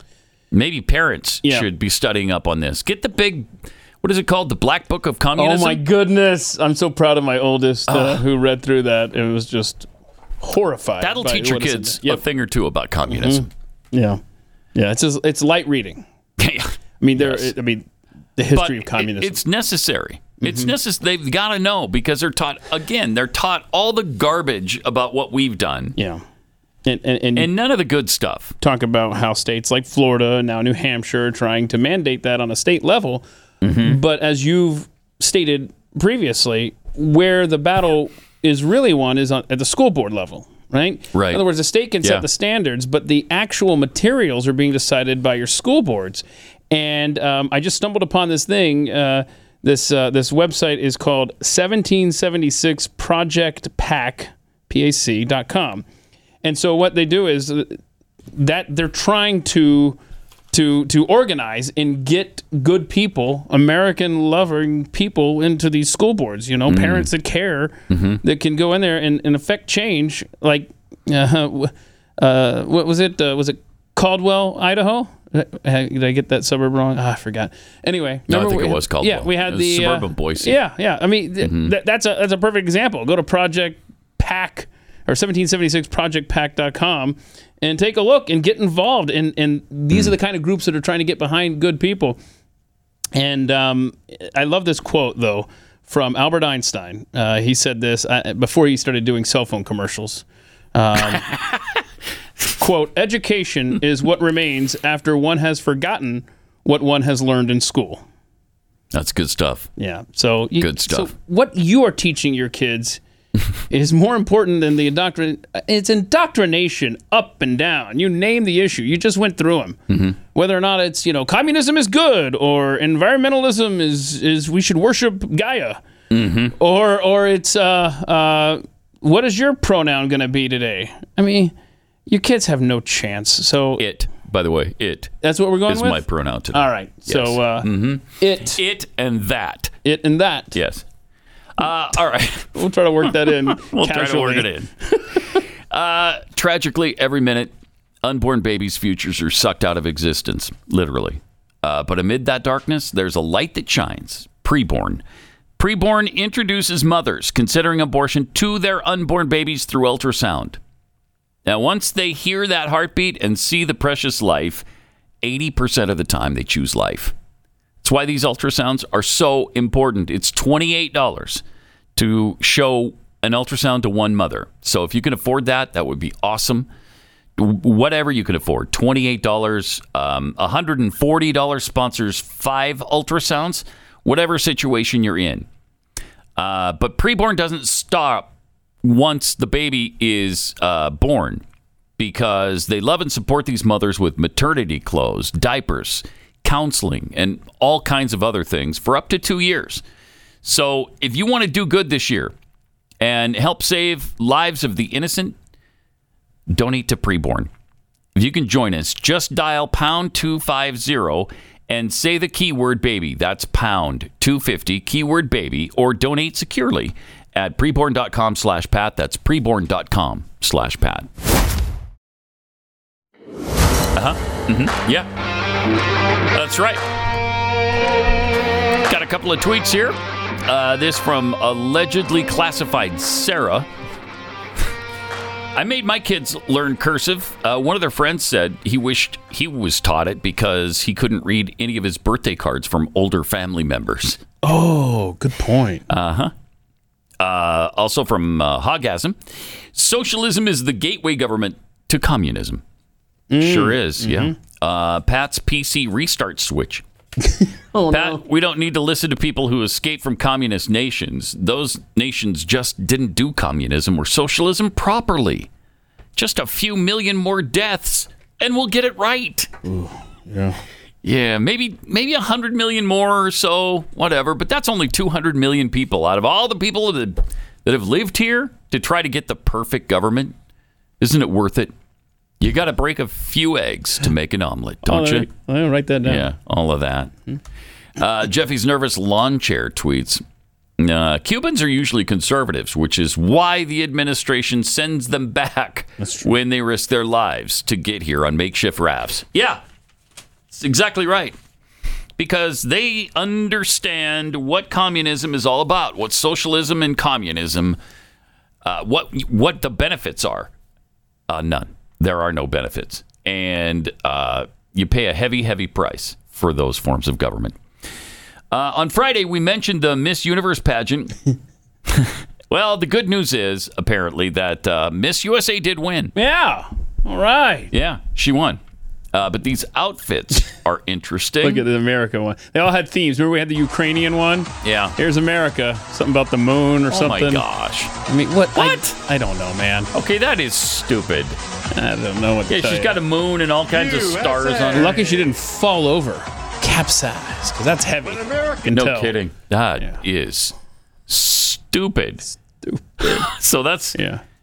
S2: Maybe parents should be studying up on this. Get the big, what is it called? The Black Book of Communism.
S3: Oh my goodness! I'm so proud of my oldest uh, who read through that. It was just horrified.
S2: That'll
S3: by
S2: teach your
S3: what is in
S2: kids
S3: there. Yep. Mm-hmm.
S2: a thing or two about communism. (laughs)
S3: Yeah, yeah. It's just, it's light reading.
S2: I
S3: mean, there. I mean, the history
S2: But
S3: of communism. Mm-hmm.
S2: it- it's necessary. It's necessary. They've got to know because they're taught again. They're taught all the garbage about what we've done.
S3: Yeah, and and, and,
S2: none of the good stuff.
S3: Talk about how states like Florida and now New Hampshire are trying to mandate that on a state level.
S2: Mm-hmm.
S3: But as you've stated previously, where the battle is really won is on, at the school board level, right?
S2: Right.
S3: In other words, the state can
S2: Yeah.
S3: set the standards, but the actual materials are being decided by your school boards. And um, I just stumbled upon this thing. Uh, this uh, this website is called 1776 Project Pack PAC.com. And so what they do is uh, that they're trying to to to organize and get good people, American loving people into these school boards, you know,
S2: Mm.
S3: parents that care
S2: Mhm.
S3: that can go in there and, and affect change like (laughs) uh, w- uh, what was it? Uh, was it Caldwell, Idaho? Uh, Did I get that suburb wrong? Ah, I forgot. Anyway,
S2: No, I
S3: remember
S2: think
S3: we-
S2: it was called.
S3: Yeah, we had the uh,
S2: suburban Boise.
S3: Yeah, yeah. I mean, th-
S2: Mhm.
S3: that- that's a that's a perfect example. Go to Project Pack or 1776projectpack.com and take a look and get involved. And and these are the kind of groups that are trying to get behind good people. And um, I love this quote though from Albert Einstein. Uh, he said this uh, before he started doing cell phone commercials. Um, quote: "Education is what remains after one has forgotten what one has learned in school."
S2: That's good stuff.
S3: Yeah. So you,
S2: good stuff.
S3: So what you are teaching
S2: (laughs)
S3: your kids is more important than the indoctrination. It's indoctrination up and down. You name the issue. You just went through them.
S2: Mhm.
S3: Whether or not it's you know communism is good or environmentalism is is we should worship Gaia
S2: Mm-hmm.
S3: or or it's uh uh what is your pronoun going to be today? I mean, your kids have no chance. So
S2: it. By the way, it.
S3: That's what we're going
S2: is
S3: with.
S2: my Mm-hmm. pronoun today.
S3: All right. So uh, it,
S2: it, and that,
S3: it, and that.
S2: Yes. Uh, all right. (laughs)
S3: We'll try to work that in.
S2: we'll try to work it
S3: casually.
S2: in. (laughs) uh, tragically, every minute, unborn babies' futures are sucked out of existence, literally. Uh, but amid that darkness, there's a light that shines. Preborn. Preborn introduces mothers considering abortion to their unborn babies through ultrasound. Now, once they hear that heartbeat and see the precious life, 80% of the time they choose life. That's why these ultrasounds are so important. It's $28 to show an ultrasound to one mother. So if you can afford that, that would be awesome. W- Whatever you can afford, $28, um, $140 sponsors five ultrasounds, whatever situation you're in. Uh, but preborn doesn't stop once the baby is uh, born because they love and support these mothers with maternity clothes, diapers, counseling, and all kinds of other things for up to two years. So if you want to do good this year and help save lives of the innocent, donate to preborn. If you can join us, just dial pound 250 and say the keyword baby. That's pound 250, keyword baby, or donate securely at preborn.com slash Pat. That's preborn.com slash Pat. Uh huh. hmm Yeah. That's right. Got a couple of tweets here. Uh, this from allegedly classified Sarah. I made my kids learn cursive. Uh, one of their friends said he wished he was taught it because he couldn't read any of his birthday cards from older family members.
S3: Oh, good point.
S2: Uh huh. Uh, also from uh, Hogasm, socialism is the gateway government to communism. Sure is, yeah. Uh, Pat's PC restart switch.
S3: Oh,
S2: Pat, we don't need to listen to people who escaped from communist nations. Those nations just didn't do communism or socialism properly. Just a few million more deaths, and we'll get it right.
S3: Yeah.
S2: Yeah, maybe maybe 100 million more or so, whatever, but that's only 200 million people out of all the people that, that have lived here to try to get the perfect government. Isn't it worth it? You got to break a few eggs to make an omelet,
S3: Oh,
S2: don't you?
S3: I'll write that down.
S2: Yeah, all of that. Uh, Jeffy's nervous lawn chair tweets. Uh, Cubans are usually conservatives, which is why the administration sends them back when they risk their lives to get here on makeshift rafts. Yeah, it's exactly right. Because they understand what communism is all about, what socialism and communism, uh, what what the benefits are. Uh, none. There are no benefits, and uh, you pay a heavy, heavy price for those forms of government. Uh, on Friday, we mentioned the Miss Universe pageant. (laughs) well, the good news is apparently that uh, Miss USA did win. Yeah. All right. Yeah, she won. Uh, but these
S3: (laughs)
S2: outfits are interesting.
S3: Look at the America one. They all had themes. Remember, we had the Ukrainian one.
S2: Yeah.
S3: Here's America. Something about the moon or
S2: Oh my
S3: something.
S2: gosh.
S3: I mean, what? What? I, I don't know, man.
S2: Okay, that is stupid.
S3: I don't know what. To
S2: Yeah,
S3: tell
S2: she's
S3: you.
S2: got a moon and all kinds of stars on her.
S3: Lucky she didn't fall over, capsize, because that's heavy. Can
S2: no
S3: tell.
S2: kidding. That is stupid. Stupid. (laughs) so that's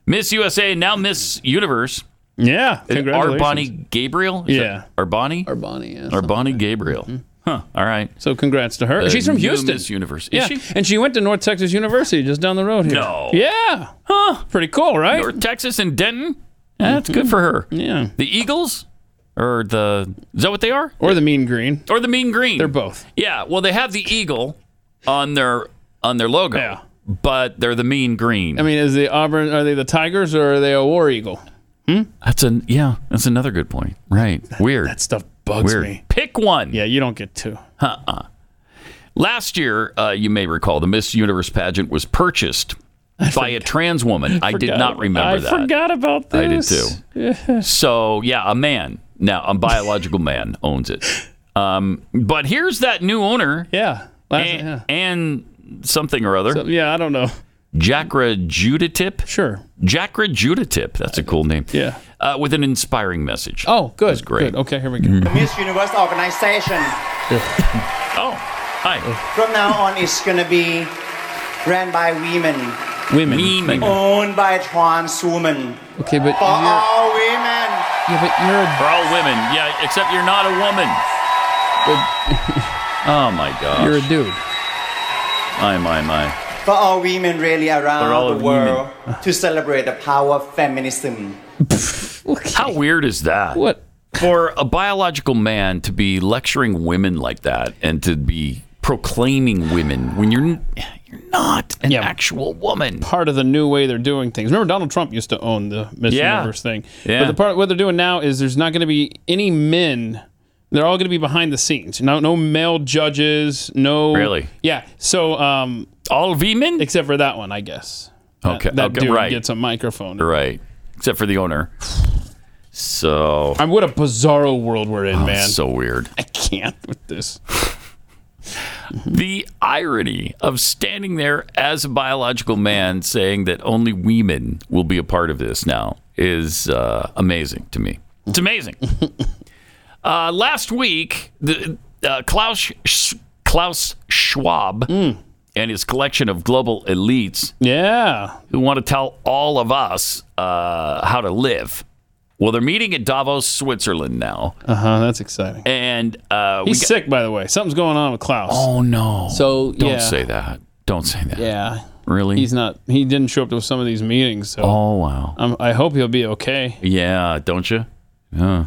S2: Miss USA now Miss Universe.
S3: Yeah. congratulations.
S2: Arbani Gabriel. Is
S3: Yeah.
S2: that Arbani. Arbani. Arbani Gabriel. Huh. All right.
S3: So congrats to her.
S2: The
S3: Mm-hmm. she's from
S2: new
S3: Houston.
S2: Miss Universe. Is
S3: yeah.
S2: she?
S3: And she went to North Texas University, just down the road here.
S2: No.
S3: Yeah. Huh. Pretty cool, right?
S2: North Texas and Denton. That's
S3: Mm-hmm.
S2: good for her.
S3: Yeah.
S2: The Eagles, or the is that what they are?
S3: Or the Mean Green.
S2: Or the Mean Green.
S3: They're both.
S2: Yeah. Well, they have the eagle on their on their logo. Yeah. But they're the Mean Green.
S3: I mean, is the Auburn? Are they the Tigers or are they a War Eagle?
S2: That's a yeah. That's another good point. Right. Weird. That
S3: stuff bugs
S2: Weird.
S3: me.
S2: Pick one.
S3: Yeah, you don't get two.
S2: Uh-uh. Last year, uh, you may recall, the Miss Universe pageant was purchased by a trans woman. I did
S3: Forgot
S2: not
S3: about-
S2: remember
S3: I
S2: that.
S3: forgot about
S2: I did
S3: this.
S2: too.
S3: Yeah.
S2: So yeah, a man now, a biological man owns it. Um, but here's that new owner.
S3: Yeah. Last-
S2: and, and something or other.
S3: yeah, I don't know.
S2: Jacra Juditip.
S3: Sure.
S2: Jacra Juditip. That's a cool name.
S3: Yeah.
S2: Uh, with an inspiring message.
S3: Oh, good.
S2: That's great. Mm.
S3: Good. Okay, here we go.
S11: Miss Universe organization.
S2: Oh, hi.
S11: From now on, it's gonna be ran by women.
S3: Women. Women.
S11: Owned by trans women.
S3: Okay, but
S11: For all women.
S3: Yeah, but you're a...
S2: For all women. Yeah, except you're not a
S3: (laughs)
S2: woman. oh my gosh.
S3: You're a dude.
S2: My my my.
S11: For all women really around
S2: For all
S11: the world to celebrate the power of feminism.
S2: How weird is that?
S3: What?
S2: For a biological man to be lecturing women like that and to be proclaiming women when you're n- you're not an actual woman.
S3: Part of the new way they're doing things. Remember, Donald Trump used to own the Miss
S2: Yeah.
S3: Universe thing.
S2: Yeah.
S3: But the part what they're doing now is there's not going to be any men. They're all going to be behind the scenes. No, no male judges. No.
S2: Really?
S3: Yeah. So. Um,
S2: all women
S3: except for that one, I guess.
S2: Okay,
S3: That, that
S2: okay,
S3: dude
S2: right.
S3: gets a microphone.
S2: Right. Except for the owner. So
S3: I'm what a bizarro world we're in,
S2: Oh,
S3: man.
S2: So weird.
S3: I can't with this.
S2: the irony of standing there as a biological man saying that only women will be a part of this now is uh, amazing to me. It's
S3: (laughs)
S2: amazing. uh, last week, the, uh, Klaus Sch- Klaus Schwab
S3: Hmm.
S2: and his collection of global elites,
S3: yeah,
S2: who want to tell all of us uh, how to live. Well, they're meeting at Davos, Switzerland now,
S3: Uh huh. That's exciting.
S2: and uh,
S3: He's
S2: got-
S3: sick, by the way. Something's going on with Klaus.
S2: Oh no!
S3: So
S2: don't
S3: yeah.
S2: say that. Don't say that.
S3: Yeah.
S2: Really?
S3: He's not. He didn't show up to some of these meetings. So
S2: Oh wow.
S3: um, I hope he'll be okay.
S2: Yeah, don't you? Yeah,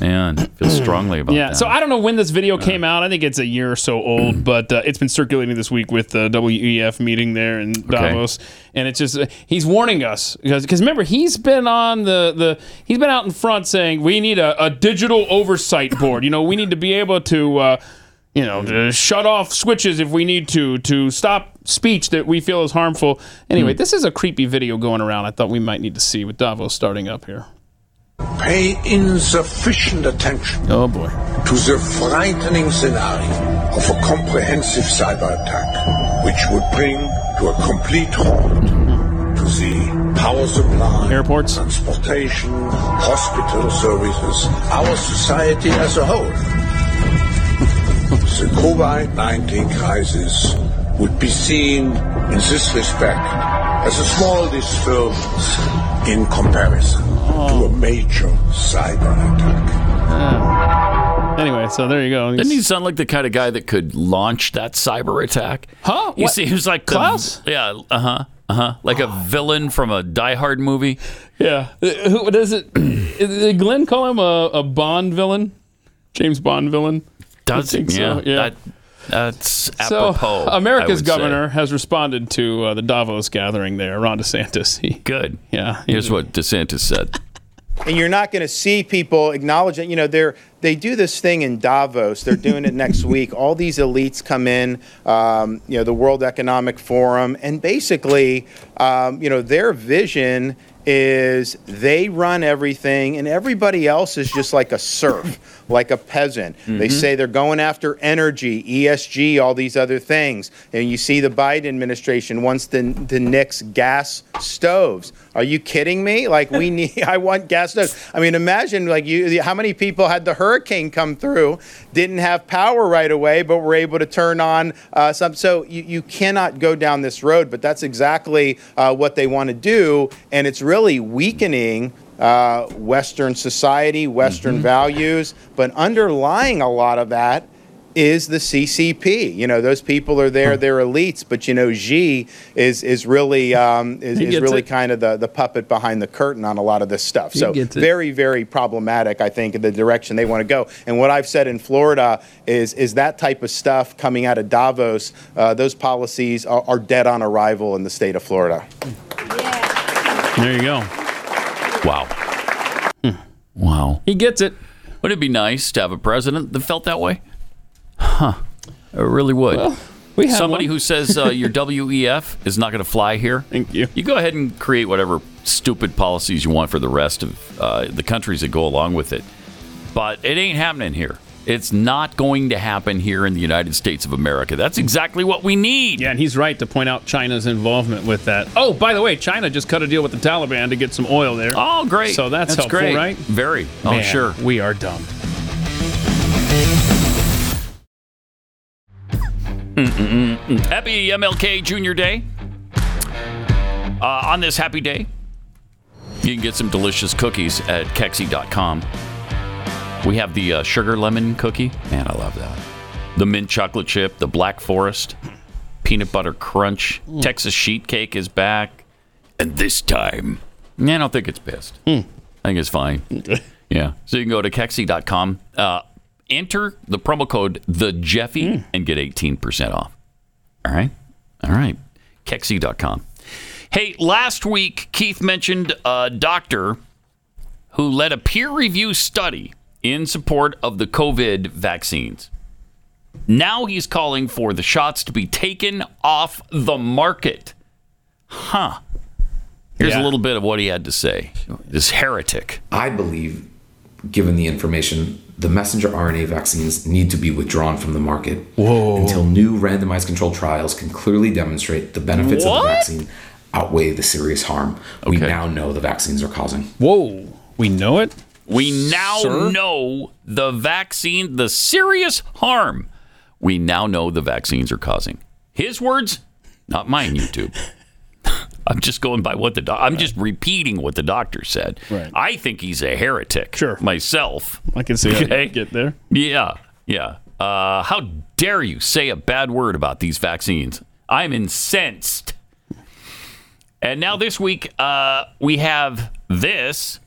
S2: man, feel strongly about
S3: yeah.
S2: that. Mm.
S3: So I don't know when this video came out. I think it's a year or so old, but uh, it's been circulating this week with the WEF meeting there in Davos, and it's just uh, he's warning us because remember he's been on the the he's been out in front saying we need a, a digital oversight board. You know, we need to be able to. Uh, you know,
S2: Mm.
S3: to shut off switches if we need to, to stop speech that we feel is harmful.
S2: Mm.
S3: Anyway, this is a creepy video going around. I thought we might need to see with Davos starting up here.
S13: pay insufficient attention
S3: oh boy.
S13: to the frightening scenario of a comprehensive cyber attack, which would bring to a complete halt to the power supply,
S3: airports,
S13: transportation, hospital services, our society as a whole. (laughs) the COVID 19 crisis would be seen in this respect as a small disturbance in comparison to a major cyber attack.
S3: Yeah. Anyway, so there you go.
S2: Doesn't he sound like the kind of guy that could launch that cyber attack? Huh? He
S3: What?
S2: seems like the-
S3: Klaus?
S2: yeah. Uh huh. Uh huh. Like (gasps) a villain from a Die Hard movie.
S3: Yeah. Uh, Who does it? (clears throat) did Glenn call him a, a Bond villain? James Bond villain?
S2: Does
S3: I
S2: he?
S3: think so,
S2: yeah. That, that's
S3: So,
S2: apropos. I would
S3: America's
S2: say.
S3: governor has responded to uh, the Davos gathering there, Ron DeSantis. He,
S2: Good.
S3: Yeah.
S2: Here's what DeSantis
S3: (laughs)
S2: said.
S14: and you're not going to see people acknowledging you know they're they do this thing in davos they're doing it next (laughs) week all these elites come in um, you know the world economic forum and basically um, you know their vision is they run everything and everybody else is just like a serf like a peasant they
S15: Mhm.
S14: say say they're going after energy, ESG, all these other things. And you see the Biden administration wants to, to nix gas stoves. Are you kidding me? Like
S15: (laughs)
S14: we need, I want gas stoves. I mean, imagine like you, how many people had the hurricane come through, didn't have power right away, but were able to turn on uh, some. So you, you cannot go down this road, but that's exactly uh, what they want to do. And it's really weakening uh, Western society, Western
S15: Mm-hmm.
S14: values, but underlying a lot of that is the CCP. You know, those people are there, they're elites, but you know, Xi is is really um, is,
S15: He
S14: is
S15: gets
S14: really
S15: it.
S14: kind of the, the puppet behind the curtain on a lot of this stuff.
S15: He
S14: So
S15: gets it.
S14: very very problematic, I think, in the direction they want to go. And what I've said in Florida is is that type of stuff coming out of Davos. Uh, those policies are, are dead on arrival in the state of Florida.
S3: There you go.
S2: Wow. Hmm. Wow.
S3: He gets it.
S2: Would it be nice to have a president that felt that way? Huh. It really would.
S3: we have
S2: Somebody
S3: one.
S2: who says uh, your WEF is not going to fly here.
S3: Thank you.
S2: You go ahead and create whatever stupid policies you want for the rest of uh, the countries that go along with it. But it ain't happening here. It's not going to happen here in the United States of America. That's exactly what we need.
S3: Yeah, and he's right to point out China's involvement with that. Oh, by the way, China just cut a deal with the Taliban to get some oil there.
S2: Oh, great.
S3: So that's, helpful,
S2: great.
S3: right?
S2: Very. Oh,
S3: Man,
S2: sure.
S3: We are dumb.
S2: Happy MLK Junior Day. Uh, on this happy day, you can get some delicious cookies at Kexi.com. We have the uh, sugar lemon cookie. Man, I love that. The mint chocolate chip, the black forest, peanut butter crunch, Texas sheet cake is back. And this time, I don't think it's pissed. I think it's fine. yeah. So you can go to Kexi.com, uh, enter the promo code the Jeffy, and get 18% off. All right. All right. Kexi.com. Hey, last week, Keith mentioned a doctor who led a peer reviewed study in support of the COVID vaccines. Now he's calling for the shots to be taken off the market. Huh. Here's a little bit of what he had to say. This heretic.
S16: I believe, given the information, the messenger RNA vaccines need to be withdrawn from the market until new randomized controlled trials can clearly demonstrate the benefits of
S2: What?
S16: the vaccine outweigh the serious harm we now know the vaccines are causing.
S3: Whoa. We know it?
S2: We now
S16: Sir?
S2: know the vaccine, the serious harm we now know the vaccines are causing. His words, not mine, YouTube. (laughs) I'm just going by what the doc- I'm just repeating what the doctor said.
S3: Right.
S2: I think he's a heretic. Sure. Myself.
S3: I can see how
S2: Okay.
S3: you get there.
S2: Yeah. Yeah. Uh, how dare you say a bad word about these vaccines? I'm incensed. And now this week, uh, we have this.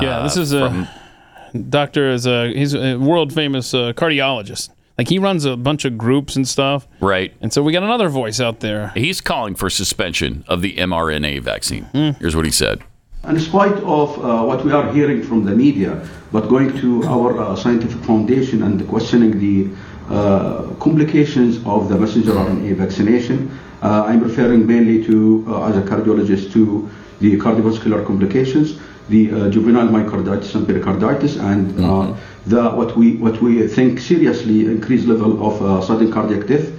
S3: Yeah,
S2: uh,
S3: this is a
S2: from-
S3: doctor is a he's a world famous uh, cardiologist. Like he runs a bunch of groups and stuff.
S2: Right.
S3: And so we got another voice out there.
S2: He's calling for suspension of the mRNA vaccine. Here's what he said.
S17: And in spite of uh, what we are hearing from the media, but going to our uh, scientific foundation and questioning the uh, complications of the messenger RNA vaccination, uh, I'm referring mainly to, uh, as a cardiologist, to the cardiovascular complications, the uh, juvenile myocarditis and pericarditis, and uh, the what we what we think seriously increased level of uh, sudden cardiac death.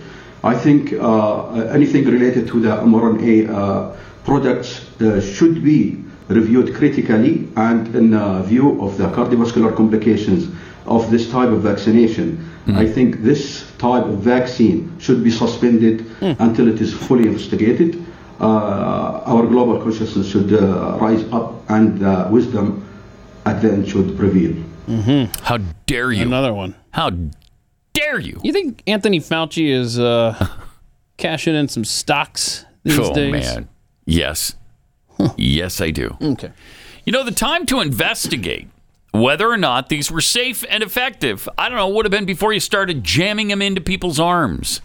S17: I think uh, anything related to the mRNA uh, products uh, should be reviewed critically and in uh, view of the cardiovascular complications of this type of vaccination. I think this type of vaccine should be suspended until it is fully investigated. Uh, our global consciousness should uh, rise up and uh, wisdom at the end should prevail.
S3: Mm-hmm.
S2: How dare you?
S3: Another one.
S2: How dare you?
S3: You think Anthony Fauci
S2: (laughs)
S3: is uh, cashing in some stocks these
S2: oh
S3: days?
S2: man, yes, yes, I do.
S3: Okay.
S2: You know, the time to investigate whether or not these were safe and effective, I don't know, would have been before you started jamming them into people's arms.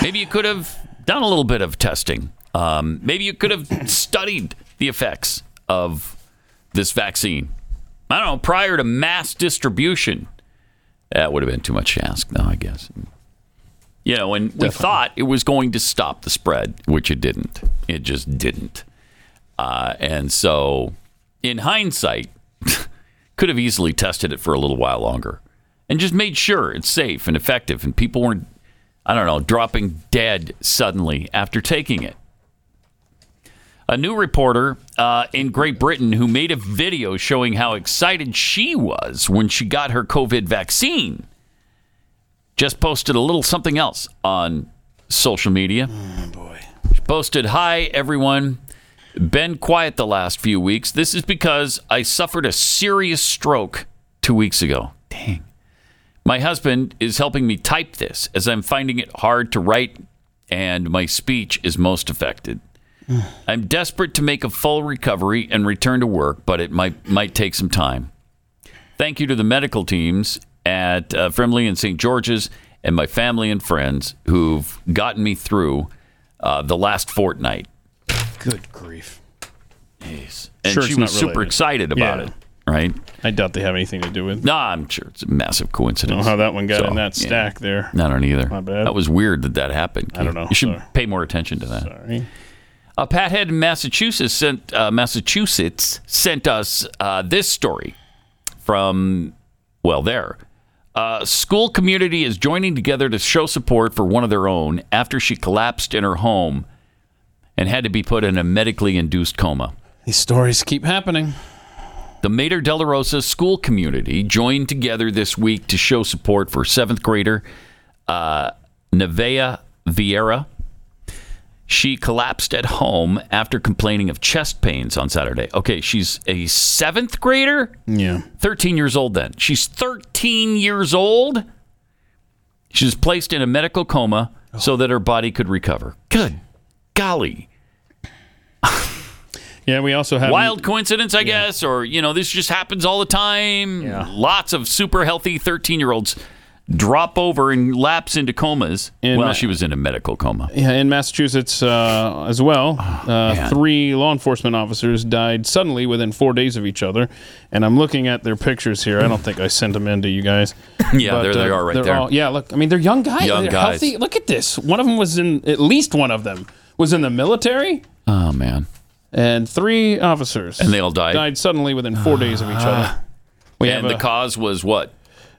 S2: Maybe you could have done a little bit of testing. Um, maybe you could have (coughs) studied the effects of this vaccine. I don't know, prior to mass distribution. That would have been too much to ask, though, I guess. You know, and we thought it was going to stop the spread, which it didn't. It just didn't. Uh, and so, in hindsight, (laughs) could have easily tested it for a little while longer and just made sure it's safe and effective and people weren't, I don't know, dropping dead suddenly after taking it. A new reporter uh, in Great Britain who made a video showing how excited she was when she got her COVID vaccine just posted a little something else on social media. boy. She posted, Hi, everyone. Been quiet the last few weeks. This is because I suffered a serious stroke two weeks ago. Dang. My husband is helping me type this as I'm finding it hard to write and my speech is most affected. I'm desperate to make a full recovery and return to work, but it might might take some time. Thank you to the medical teams at uh, Frimley and St. George's and my family and friends who've gotten me through uh, the last fortnight.
S3: Good grief.
S2: Jeez. And she was super excited about it, right?
S3: I doubt they have anything to do with.
S2: No, I'm sure it's a massive
S3: I don't know
S2: coincidence.
S3: how that one got
S2: So,
S3: in that
S2: yeah.
S3: stack there.
S2: I don't either.
S3: My bad.
S2: That was weird that that happened.
S3: I don't know.
S2: You should
S3: Sorry.
S2: pay more attention to that. Sorry. A pathead in Massachusetts sent uh, Massachusetts sent us uh, this story from well there. Uh, school community is joining together to show support for one of their own after she collapsed in her home and had to be put in a medically induced coma.
S3: These stories keep happening.
S2: The Mater Della Rosa school community joined together this week to show support for seventh grader uh, Nevea Vieira. She collapsed at home after complaining of chest pains on Saturday. Okay, she's a seventh grader?
S3: Yeah.
S2: 13 years old then. She's 13 years old. She was placed in a medical coma so that her body could recover. Good golly.
S3: Yeah, we also have
S2: Wild coincidence, I guess, or you know, this just happens all the time. Lots of super healthy 13-year-olds drop over and lapse into comas.
S3: And
S2: well,
S3: Ma-
S2: she was in a medical coma.
S3: Yeah, in Massachusetts uh, as
S2: Oh,
S3: well, uh, three law enforcement officers died suddenly within four days of each other. And I'm looking at their pictures here. I don't think I sent them in to you guys.
S2: (laughs)
S3: uh,
S2: Yeah, there they are right
S3: they're
S2: there.
S3: all- yeah, look. I mean, they're young guys.
S2: Young
S3: they're
S2: guys.
S3: Healthy. Look at this. One of them was in at least one of them was in the military,
S2: Oh man.
S3: and three officers
S2: And they all died. Ah.
S3: died suddenly within four days of each other. We
S2: and
S3: have
S2: the
S3: a-
S2: cause was what?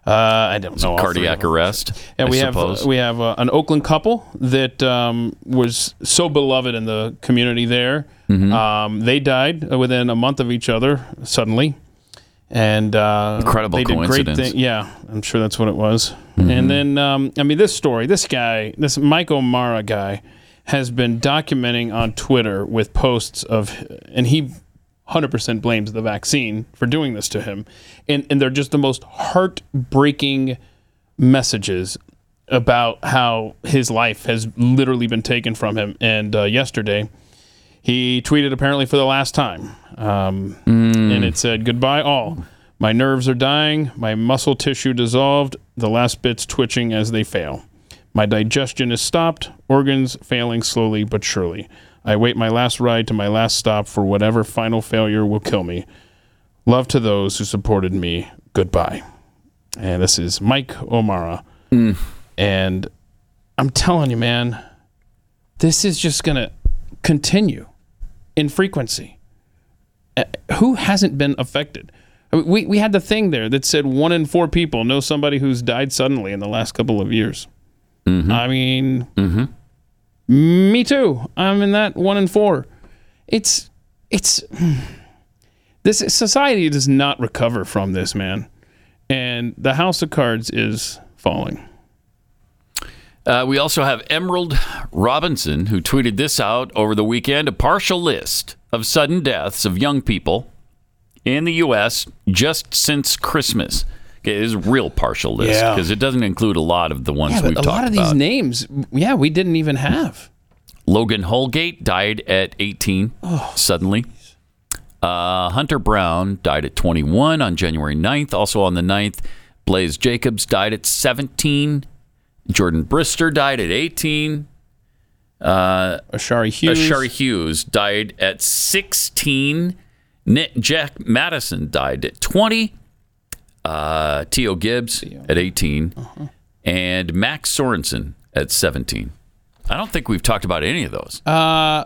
S3: Uh, I don't know. all three of
S2: Cardiac arrest.
S3: And
S2: I
S3: we
S2: suppose.
S3: have we have uh, an Oakland couple that um, was so beloved in the community there.
S2: Mm-hmm.
S3: Um, they died within a month of each other suddenly, and uh,
S2: Incredible
S3: they did great
S2: coincidence. Mm-hmm.
S3: thi- yeah, I'm sure that's what it was. And then um, I mean, this story, this guy, this Mike O'Mara guy, has been documenting on Twitter with posts of, and he 100% blames the vaccine for doing this to him, and and they're just the most heartbreaking messages about how his life has literally been taken from him. And uh, yesterday, he tweeted apparently for the last time. Um, And it said, Goodbye, all. My nerves are dying. My muscle tissue dissolved. The last bits twitching as they fail. My digestion is stopped. Organs failing slowly but surely. I wait my last ride to my last stop for whatever final failure will kill me. Love to those who supported me. Goodbye. And this is Mike O'Mara. And I'm telling you, man, this is just going to continue in frequency. Uh, Who hasn't been affected? I mean, we, we had the thing there that said one in four people know somebody who's died suddenly in the last couple of years.
S2: Mm-hmm.
S3: I mean, me too. I'm in that one in four. It's, it's, this society does not recover from this, man. And the house of cards is falling.
S2: Uh, we also have Emerald Robinson, who tweeted this out over the weekend a partial list of sudden deaths of young people in the U.S. just since Christmas. Okay, it is a real partial list
S3: Yeah.
S2: because it doesn't include a lot of the ones
S3: Yeah,
S2: we've
S3: but
S2: talked
S3: a lot of
S2: about.
S3: these names, yeah, we didn't even have.
S2: Logan Holgate died at 18
S3: Oh.
S2: suddenly. Uh, Hunter Brown died at 21 on January 9th. Also on the 9th, Blaze Jacobs died at 17. Jordan Brister died at 18. Uh,
S3: Ashari Hughes.
S2: Ashari Hughes died at 16. Nick Jack Madison died at 20. Uh, T.O. Gibbs at 18.
S3: Uh-huh.
S2: And Max Sorensen at 17. I don't think we've talked about any of those.
S3: Uh,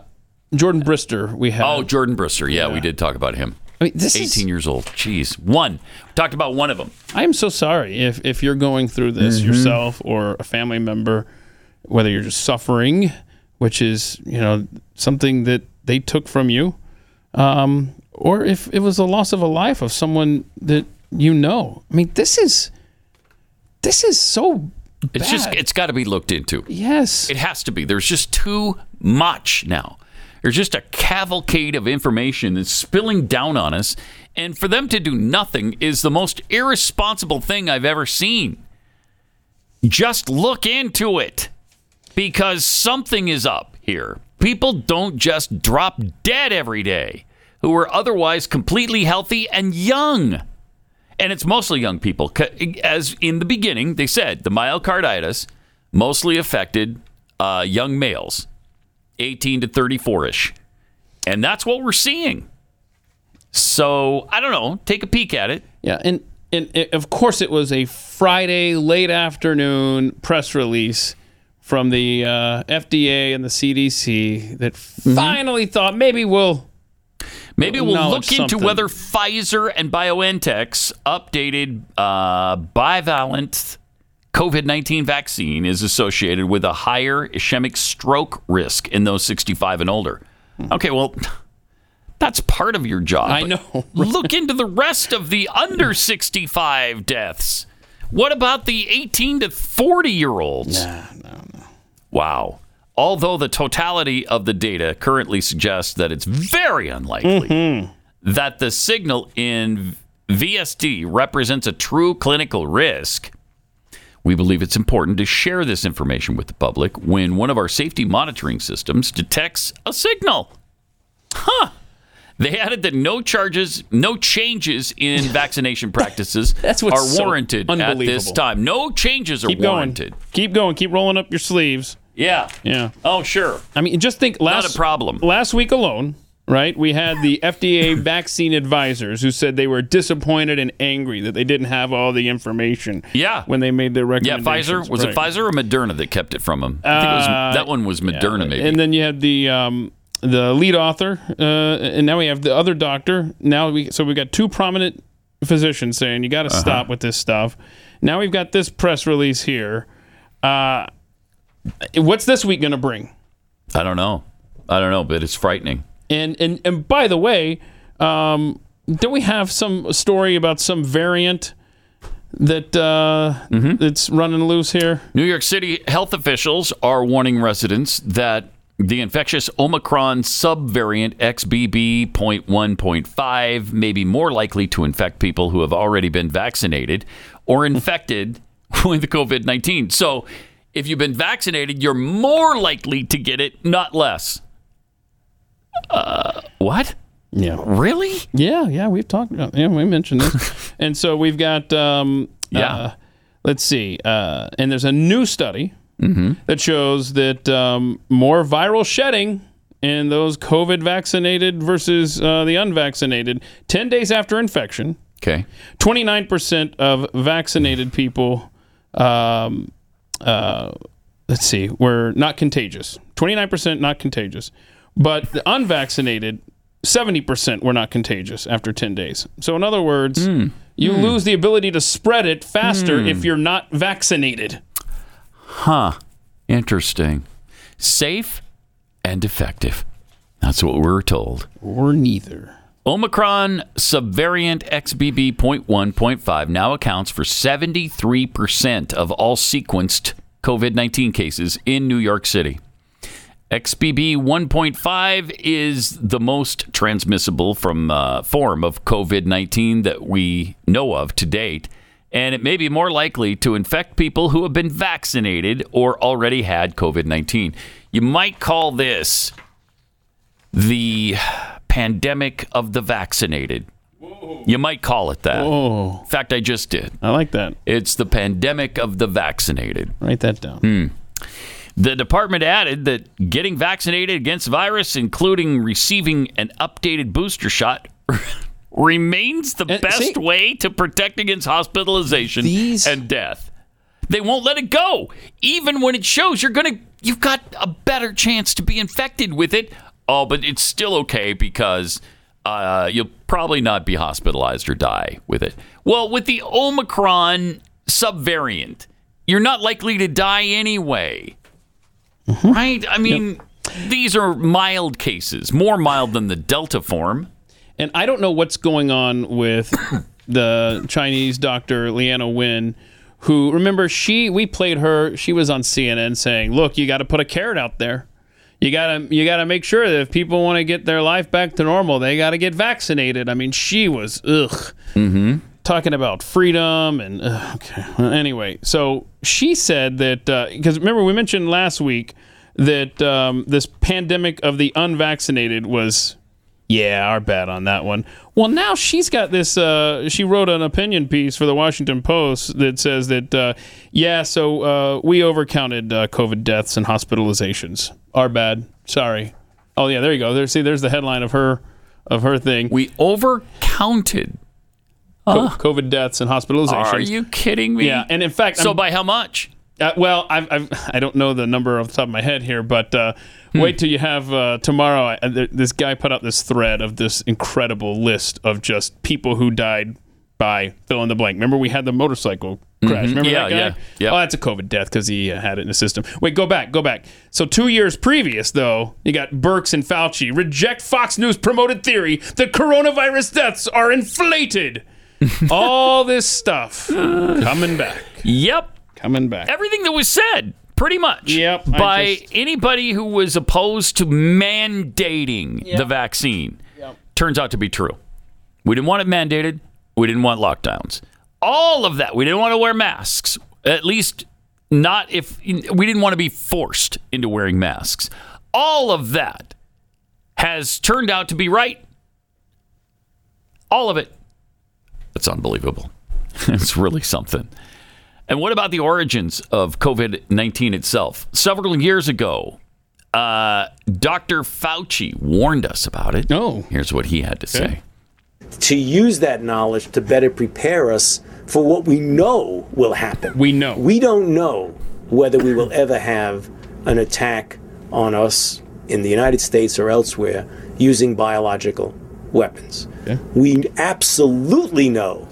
S3: Jordan Brister, we had.
S2: Oh, Jordan Brister. Yeah, we did talk about him.
S3: I mean, this
S2: 18
S3: is-
S2: years old. Jeez. One. We talked about one of them.
S3: I am so sorry if, if you're going through this
S2: Mhm.
S3: yourself or a family member, whether you're just suffering, which is, you know, something that they took from you, um, or if it was the loss of a life of someone that you know. I mean, this is, this is so,
S2: It's just, it's got to be looked into.
S3: yes.
S2: It has to be. There's just too much now. There's just a cavalcade of information that's spilling down on us. And for them to do nothing is the most irresponsible thing I've ever seen. Just look into it because something is up here. People don't just drop dead every day who are otherwise completely healthy and young and it's mostly young people. 'Ca- As in the beginning, they said the myocarditis mostly affected uh, young males, 18 to 34 ish. And that's what we're seeing. So I don't know. Take a peek at it.
S3: Yeah, and and it, of course it was a Friday late afternoon press release from the uh, FDA and the CDC that finally thought maybe we'll
S2: Maybe we'll
S3: acknowledge
S2: look into
S3: something.
S2: whether Pfizer and BioNTech's updated uh, bivalent COVID 19 vaccine is associated with a higher ischemic stroke risk in those 65 and older.
S3: Hmm.
S2: Okay, well, that's part of your job. I
S3: know.
S2: (laughs) look into the rest of the under 65 deaths. What about the 18 to 40 year olds? Wow. Although the totality of the data currently suggests that it's very unlikely that the signal in VSD represents a true clinical risk, we believe it's important to share this information with the public when one of our safety monitoring systems detects a signal. Huh. They added that no charges, no changes in (laughs) vaccination practices
S3: (laughs) That's what's
S2: are
S3: so
S2: warranted at this
S3: unbelievable.
S2: time. No changes are
S3: keep going,
S2: warranted.
S3: keep going, keep rolling up your sleeves.
S2: Yeah.
S3: Yeah.
S2: Oh, sure.
S3: I mean, just think last
S2: Not a problem.
S3: Last week alone, right? We had the
S2: (laughs)
S3: FDA vaccine advisors who said they were disappointed and angry that they didn't have all the information.
S2: Yeah.
S3: When they made their
S2: Yeah,
S3: recommendations.
S2: Pfizer. Was it
S3: Right.
S2: Pfizer or Moderna that kept it from him? I think it was,
S3: Uh,
S2: that one was Moderna, maybe.
S3: And then you had the um, the lead author, uh, and now we have the other doctor. Now we so we've got two prominent physicians saying you got to
S2: Uh-huh.
S3: stop with this stuff. Now we've got this press release here. Uh, what's this week going to bring?
S2: I don't know. I don't know, but it's frightening.
S3: And and and by the way, um, don't we have some story about some variant that uh, that's running loose here?
S2: New York City health officials are warning residents that the infectious Omicron subvariant XBB.1.5 may be more likely to infect people who have already been vaccinated or infected (laughs) with COVID 19. So, if you've been vaccinated, you're more likely to get it, not less. Uh, what?
S3: Yeah.
S2: Really?
S3: Yeah, yeah, we've talked about. Yeah, we mentioned this, and so we've got. Um,
S2: Yeah.
S3: uh, let's see, uh, and there's a new study that shows that um, more viral shedding in those COVID vaccinated versus uh, the unvaccinated. Ten days after infection,
S2: Okay.
S3: 29% of vaccinated people, um, uh, let's see, were not contagious. 29% not contagious. But the unvaccinated, 70% were not contagious after 10 days. So, in other words, you lose the ability to spread it faster
S2: Hmm.
S3: if you're not vaccinated.
S2: Huh. Interesting. Safe and effective. That's what we're told.
S3: Or neither.
S2: Omicron subvariant XBB.1.5 now accounts for 73% of all sequenced COVID 19 cases in New York City. XBB 1.5 is the most transmissible from uh, form of COVID 19 that we know of to date, and it may be more likely to infect people who have been vaccinated or already had COVID 19. You might call this the pandemic of the vaccinated. You might call it that.
S3: Oh,
S2: In fact, I just did. I like that. It's the pandemic of the vaccinated.
S3: Write that down.
S2: Hmm. The department added that getting vaccinated against virus, including receiving an updated booster shot, (laughs) remains the best way to protect against hospitalization and death. They won't let it go, even when it shows you're gonna you've got a better chance to be infected with it. Oh, but it's still okay because uh, you'll probably not be hospitalized or die with it. Well, with the Omicron subvariant, you're not likely to die anyway. Right? I mean, these are mild cases, more mild than the Delta form.
S3: And I don't know what's going on with the Chinese doctor Liana Wen, who remember she we played her. She was on CNN saying, "Look, you got to put a carrot out there. You gotta you gotta make sure that if people want to get their life back to normal, they got to get vaccinated." I mean, she was ugh
S2: Mm-hmm.
S3: talking about freedom and ugh, okay. Well, anyway, so she said that because remember we mentioned last week that um, this pandemic of the unvaccinated was yeah our bad on that one. Well, now she's got this. Uh, she wrote an opinion piece for the Washington Post that says that uh, yeah, so uh, we overcounted uh, COVID deaths and hospitalizations. Our bad. Sorry. Oh yeah, there you go. There, see, there's the headline of her of her thing.
S2: We overcounted.
S3: Co-
S2: Huh.
S3: COVID deaths and hospitalizations.
S2: Are you kidding me?
S3: Yeah, and in fact,
S2: so
S3: I'm-
S2: by how much?
S3: Uh, well, I've, (laughs) I've, I don't know the number off the top of my head here, but uh,
S2: Hmm.
S3: wait till you have uh, tomorrow. I, th- this guy put out this thread of this incredible list of just people who died by fill in the blank. Remember, we had the motorcycle crash.
S2: Mhm.
S3: Remember
S2: Yeah,
S3: that guy?
S2: yeah,
S3: Oh, that's a COVID death because he uh, had it in his system. Wait, go back, go back. So two years previous, though, you got Burks and Fauci reject Fox News promoted theory that coronavirus deaths
S2: (laughs)
S3: are inflated. All this stuff coming back.
S2: Yep.
S3: Coming back.
S2: Everything that was said, pretty much. Yep.
S3: I
S2: By anybody who was opposed to mandating the vaccine. Turns out to be true. We didn't want it mandated. We didn't want lockdowns. All of that. We didn't want to wear masks. At least not if we didn't want to be forced into wearing masks. All of that has turned out to be right. All of it. That's unbelievable. (laughs) it's really something. And what about the origins of COVID 19 itself? Several years ago, uh, Dr. Fauci warned us about it.
S3: Oh.
S2: No. Here's what he had to say.
S15: to use that knowledge to better prepare us for what we know will happen.
S3: We know.
S15: We don't know whether we will ever have an attack on us in the United States or elsewhere using biological weapons. We absolutely know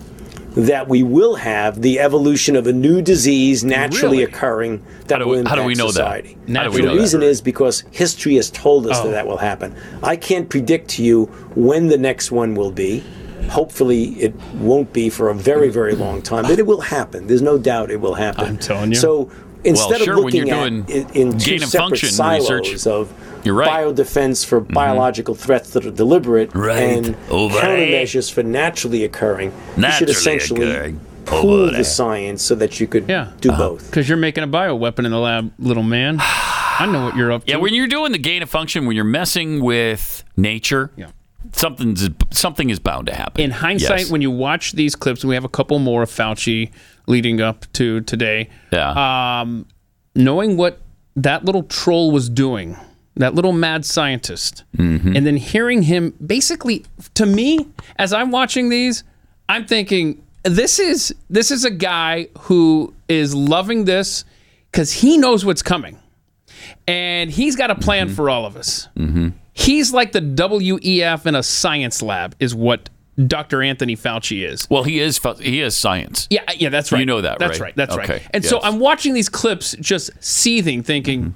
S15: that we will have the evolution of a new disease naturally
S2: Really?
S15: occurring that
S2: How do
S15: will
S2: we- how
S15: impact
S2: do we know that?
S15: society.
S2: How do we
S15: the
S2: know that?
S15: reason is because history has told us
S2: Oh.
S15: that that will happen. I can't predict to you when the next one will be. Hopefully, it won't be for a very, very long time, but it will happen. There's no doubt it will happen. I'm telling
S2: you.
S15: So instead
S2: sure,
S15: of
S2: when you're
S15: looking at
S2: doing
S15: it in two
S2: gain of
S15: separate
S2: function
S15: silos
S2: research,
S15: of
S2: you're right.
S15: biodefense for biological threats that are deliberate
S2: Right.
S15: and
S2: Over
S15: countermeasures for naturally occurring, you should
S3: Naturally
S15: essentially
S3: occurring.
S15: pool
S3: Over there.
S15: the science so that you could do
S2: Uh-huh.
S15: both.
S3: Because you're making a bio weapon in the lab, little man. (sighs) I know what you're up to.
S2: Yeah, when you're doing the gain of function, when you're messing with nature, something's, something is bound to happen.
S3: In hindsight,
S2: Yes.
S3: when you watch these clips, and we have a couple more of Fauci leading up to today.
S18: uh,
S3: Yeah. Um, knowing what that little troll was doing, that little mad scientist, and then hearing him basically, to me, as I'm watching these, I'm thinking this is this is a guy who is loving this because he knows what's coming, and he's got a plan for all of us.
S2: Mm-hmm.
S3: He's like the WEF in a science lab, is what Dr. Anthony Fauci is.
S2: Well, he is fu- he is science.
S3: Yeah, yeah, that's right.
S2: You know that,
S3: That's
S2: right?
S3: right. That's right.
S2: Okay,
S3: And so
S2: yes.
S3: I'm watching these clips, just seething, thinking,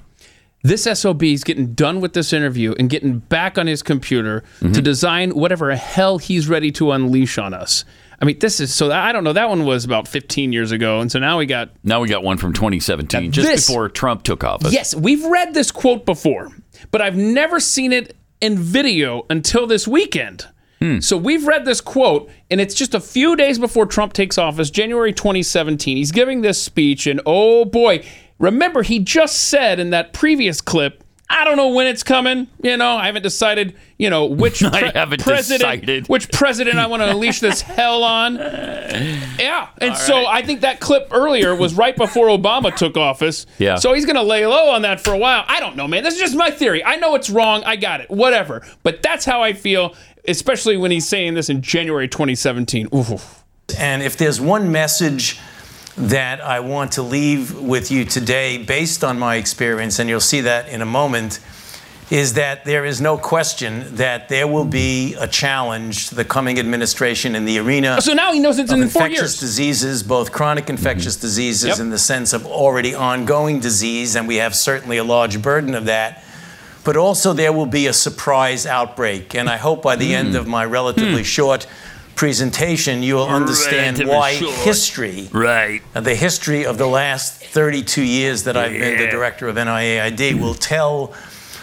S3: this SOB is getting done with this interview and getting back on his computer
S2: Mm-hmm.
S3: to design whatever hell he's ready to unleash on us. I mean, this is so. I don't know. That one was about 15 years ago, and so now we got
S2: Now we got one from 2017, just
S3: this-
S2: before Trump took office.
S3: Yes, we've read this quote before. but I've never seen it in video until this weekend.
S2: Hmm.
S3: So we've read this quote, and it's just a few days before Trump takes office, January 2017. He's giving this speech, and oh boy, remember he just said in that previous clip, I don't know when it's coming. You know, I haven't decided. You know which
S2: (laughs) I
S3: pre-
S2: haven't
S3: president,
S2: decided."
S3: which president I want to
S2: (laughs)
S3: unleash this hell on. Yeah, and
S2: All
S3: so I think that clip earlier was right before Obama took office.
S2: Yeah.
S3: So he's going to lay low on that for a while. I don't know, man. This is just my theory. I know it's wrong. I got it. Whatever. But that's how I feel, especially when he's saying this in January 2017. Oof.
S19: And if there's one message that I want to leave with you today, based on my experience, and you'll see that in a moment, is that there is no question that there will be a challenge to the coming administration in the arena.
S3: So now he knows it's
S19: of
S3: in four
S19: infectious
S3: years.
S19: diseases, both chronic infectious diseases
S3: Yep.
S19: in the sense of already ongoing disease, and we have certainly a large burden of that. But also, there will be a surprise outbreak. And I hope by the end of my relatively short presentation, you will understand
S18: Relatively
S19: why uh,
S18: short.
S19: history,
S2: right.
S19: the history of the last 32 years that I've been the director of NIAID, will tell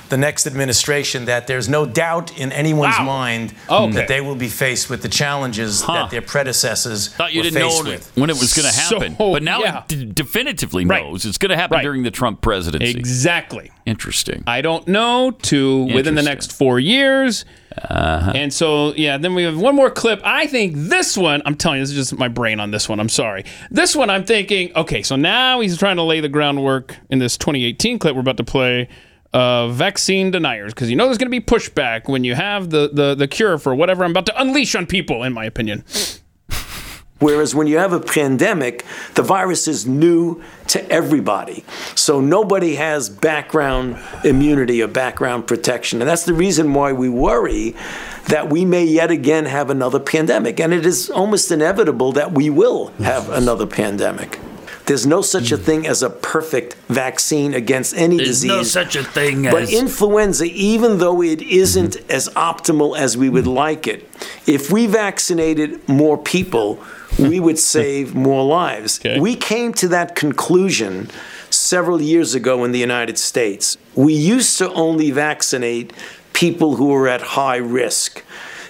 S19: the next administration that there's no doubt in anyone's mind
S2: Okay.
S19: that they will be faced with the challenges that their predecessors
S2: Thought you
S19: were
S2: didn't know
S19: faced with.
S2: when it was going to
S19: So,
S2: happen, but now it d- definitively knows it's going to happen during the Trump presidency.
S3: Exactly.
S2: Interesting.
S3: I don't know to within the
S2: Interesting.
S3: next four years. And so, yeah, then we have one more clip. I think this one, I'm telling you, this is just my brain on this one. I'm sorry. This one, I'm thinking, okay, so now he's trying to lay the groundwork in this 2018 clip we're about to play. Uh, vaccine deniers, because you know there's going to be pushback when you have the, the the cure for whatever I'm about to unleash on people. In my opinion,
S18: Whereas when you have a pandemic, the virus is new to everybody. So nobody has background immunity or background protection. And that's the reason why we worry that we may yet again have another pandemic. And it is almost inevitable that we will have another pandemic. There's no such a thing as a perfect vaccine against any
S20: There's
S18: disease.
S20: no such a thing
S18: But
S20: as-
S18: influenza, even though it isn't
S17: Mm-hmm.
S18: as optimal as we would like it, if we vaccinated more people, we would
S17: Hmm.
S18: save more lives. We came to that conclusion several years ago in the United States. We used to only vaccinate people who were at high risk.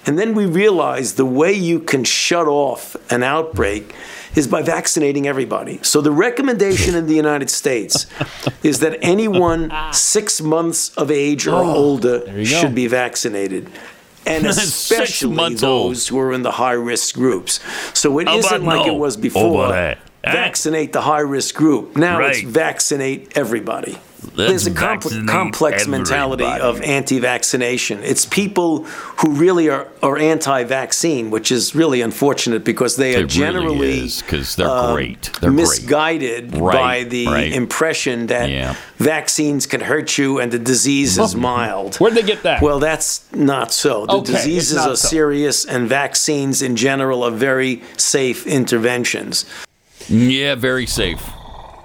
S18: And then we realized the way you can shut off an outbreak is by vaccinating everybody. So the recommendation in the United States is that anyone six months of age or
S20: Oh,
S18: older should be vaccinated.
S2: (laughs)
S18: And
S20: Six
S18: especially
S20: months old.
S18: those who are in the high risk groups. So it
S20: How
S18: isn't
S20: about
S18: like
S20: no?
S18: it was before.
S20: Over there. Eh?
S18: Vaccinate the high risk group. Now
S20: Right.
S18: it's vaccinate everybody.
S20: Let's
S18: There's a compl-
S20: vaccinate
S18: complex mentality of
S20: everybody.
S18: anti-vaccination. It's people who really are, are anti-vaccine, which is really unfortunate because they are
S2: It really
S18: generally
S2: is because they're
S18: uh,
S2: great. They're great.
S18: misguided by
S2: Right,
S18: the
S2: right.
S18: impression that
S2: Yeah.
S18: vaccines can hurt you and the disease is mild.
S3: Oh. Where'd they get that?
S18: Well, that's not so. The
S3: Okay, it's
S18: diseases
S3: not
S18: are
S3: so.
S18: serious, and vaccines in general are very safe interventions.
S2: Yeah, very safe.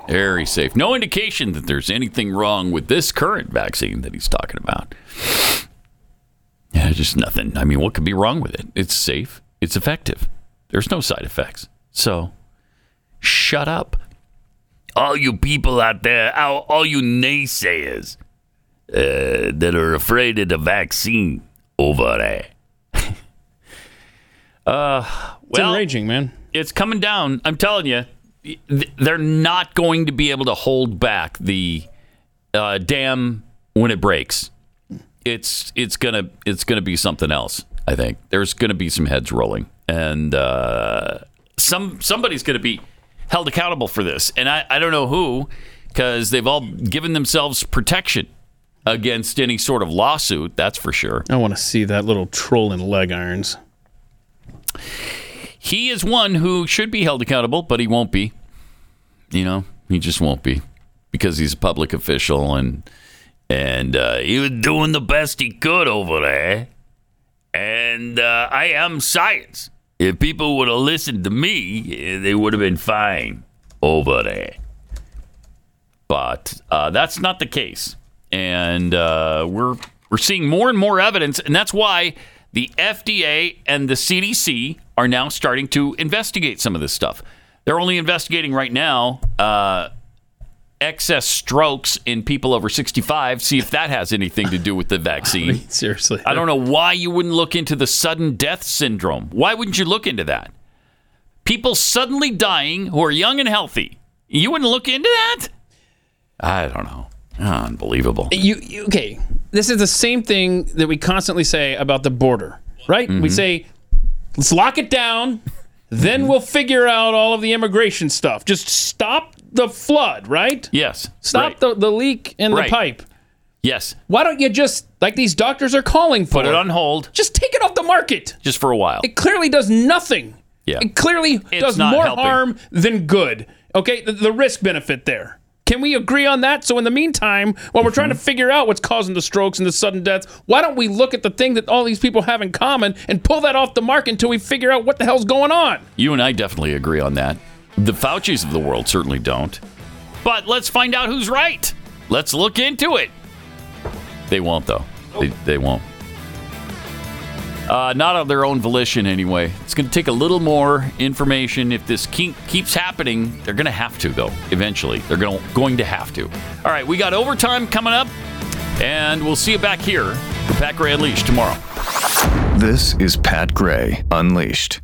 S2: Very safe. No indication that there's anything wrong with this current vaccine that he's talking about. Yeah, just nothing. I mean, what could be wrong with it? It's safe, it's effective. There's no side effects. So, shut up.
S20: all you people out there, all, all you naysayers uh, that are afraid of the vaccine over there.
S2: (laughs) Uh, well, it's
S3: enraging, man.
S2: It's coming down. I'm telling you, Th- they're not going to be able to hold back the uh, dam when it breaks. It's it's gonna it's gonna be something else. I think there's gonna be some heads rolling, and uh, some somebody's gonna be held accountable for this, and I, I don't know who because they've all given themselves protection against any sort of lawsuit. That's for sure.
S3: I want to see that little troll in leg
S2: (laughs)
S3: irons.
S2: he is one who should be held accountable, but he won't be. You know, he just won't be because he's a public official and and uh, he was doing the best he could over there.
S20: And uh, I am science. If people would have listened to me, eh, they would have been fine over there.
S2: but uh, that's not the case, and uh, we're we're seeing more and more evidence, and that's why the FDA and the CDC are now starting to investigate some of this stuff. They're only investigating right now uh, excess strokes in people over 65, see if that has anything to do with the vaccine.
S3: seriously.
S2: I don't know why you wouldn't look into the sudden death syndrome. Why wouldn't you look into that? People suddenly dying who are young and healthy. You wouldn't look into that? I don't know. Ah, Unbelievable.
S3: You, you okay? This is the same thing that we constantly say about the border, right? We
S2: Mhm.
S3: say, "Let's lock
S2: (laughs)
S3: it down, then we'll figure out all of the immigration stuff. Just stop the flood, right?
S2: Yes.
S3: Stop the, the leak in
S2: Right.
S3: the pipe.
S2: Yes.
S3: Why don't you just like these doctors are calling for?
S2: Put it on hold
S3: Just take it off the market.
S2: just for a while.
S3: It clearly does nothing.
S2: Yeah.
S3: It clearly
S2: It's
S3: does
S2: not
S3: more
S2: helping.
S3: harm than good. Okay, the, the risk benefit there. Can we agree on that? So in the meantime, while we're
S2: Mm-hmm.
S3: trying to figure out what's causing the strokes and the sudden deaths, why don't we look at the thing that all these people have in common and pull that off the mark until we figure out what the hell's going on?
S2: You and I definitely agree on that. The Fauci's of the world certainly don't. But let's find out who's right. Let's look into it. They won't, though. They, they won't. Uh, not of their own volition, anyway. It's going to take a little more information. If this keep, keeps happening, they're going to have to, though, eventually. They're going to, going to have to. All right, we got overtime coming up, and we'll see you back here for Pat Gray Unleashed tomorrow.
S1: This is Pat Gray Unleashed.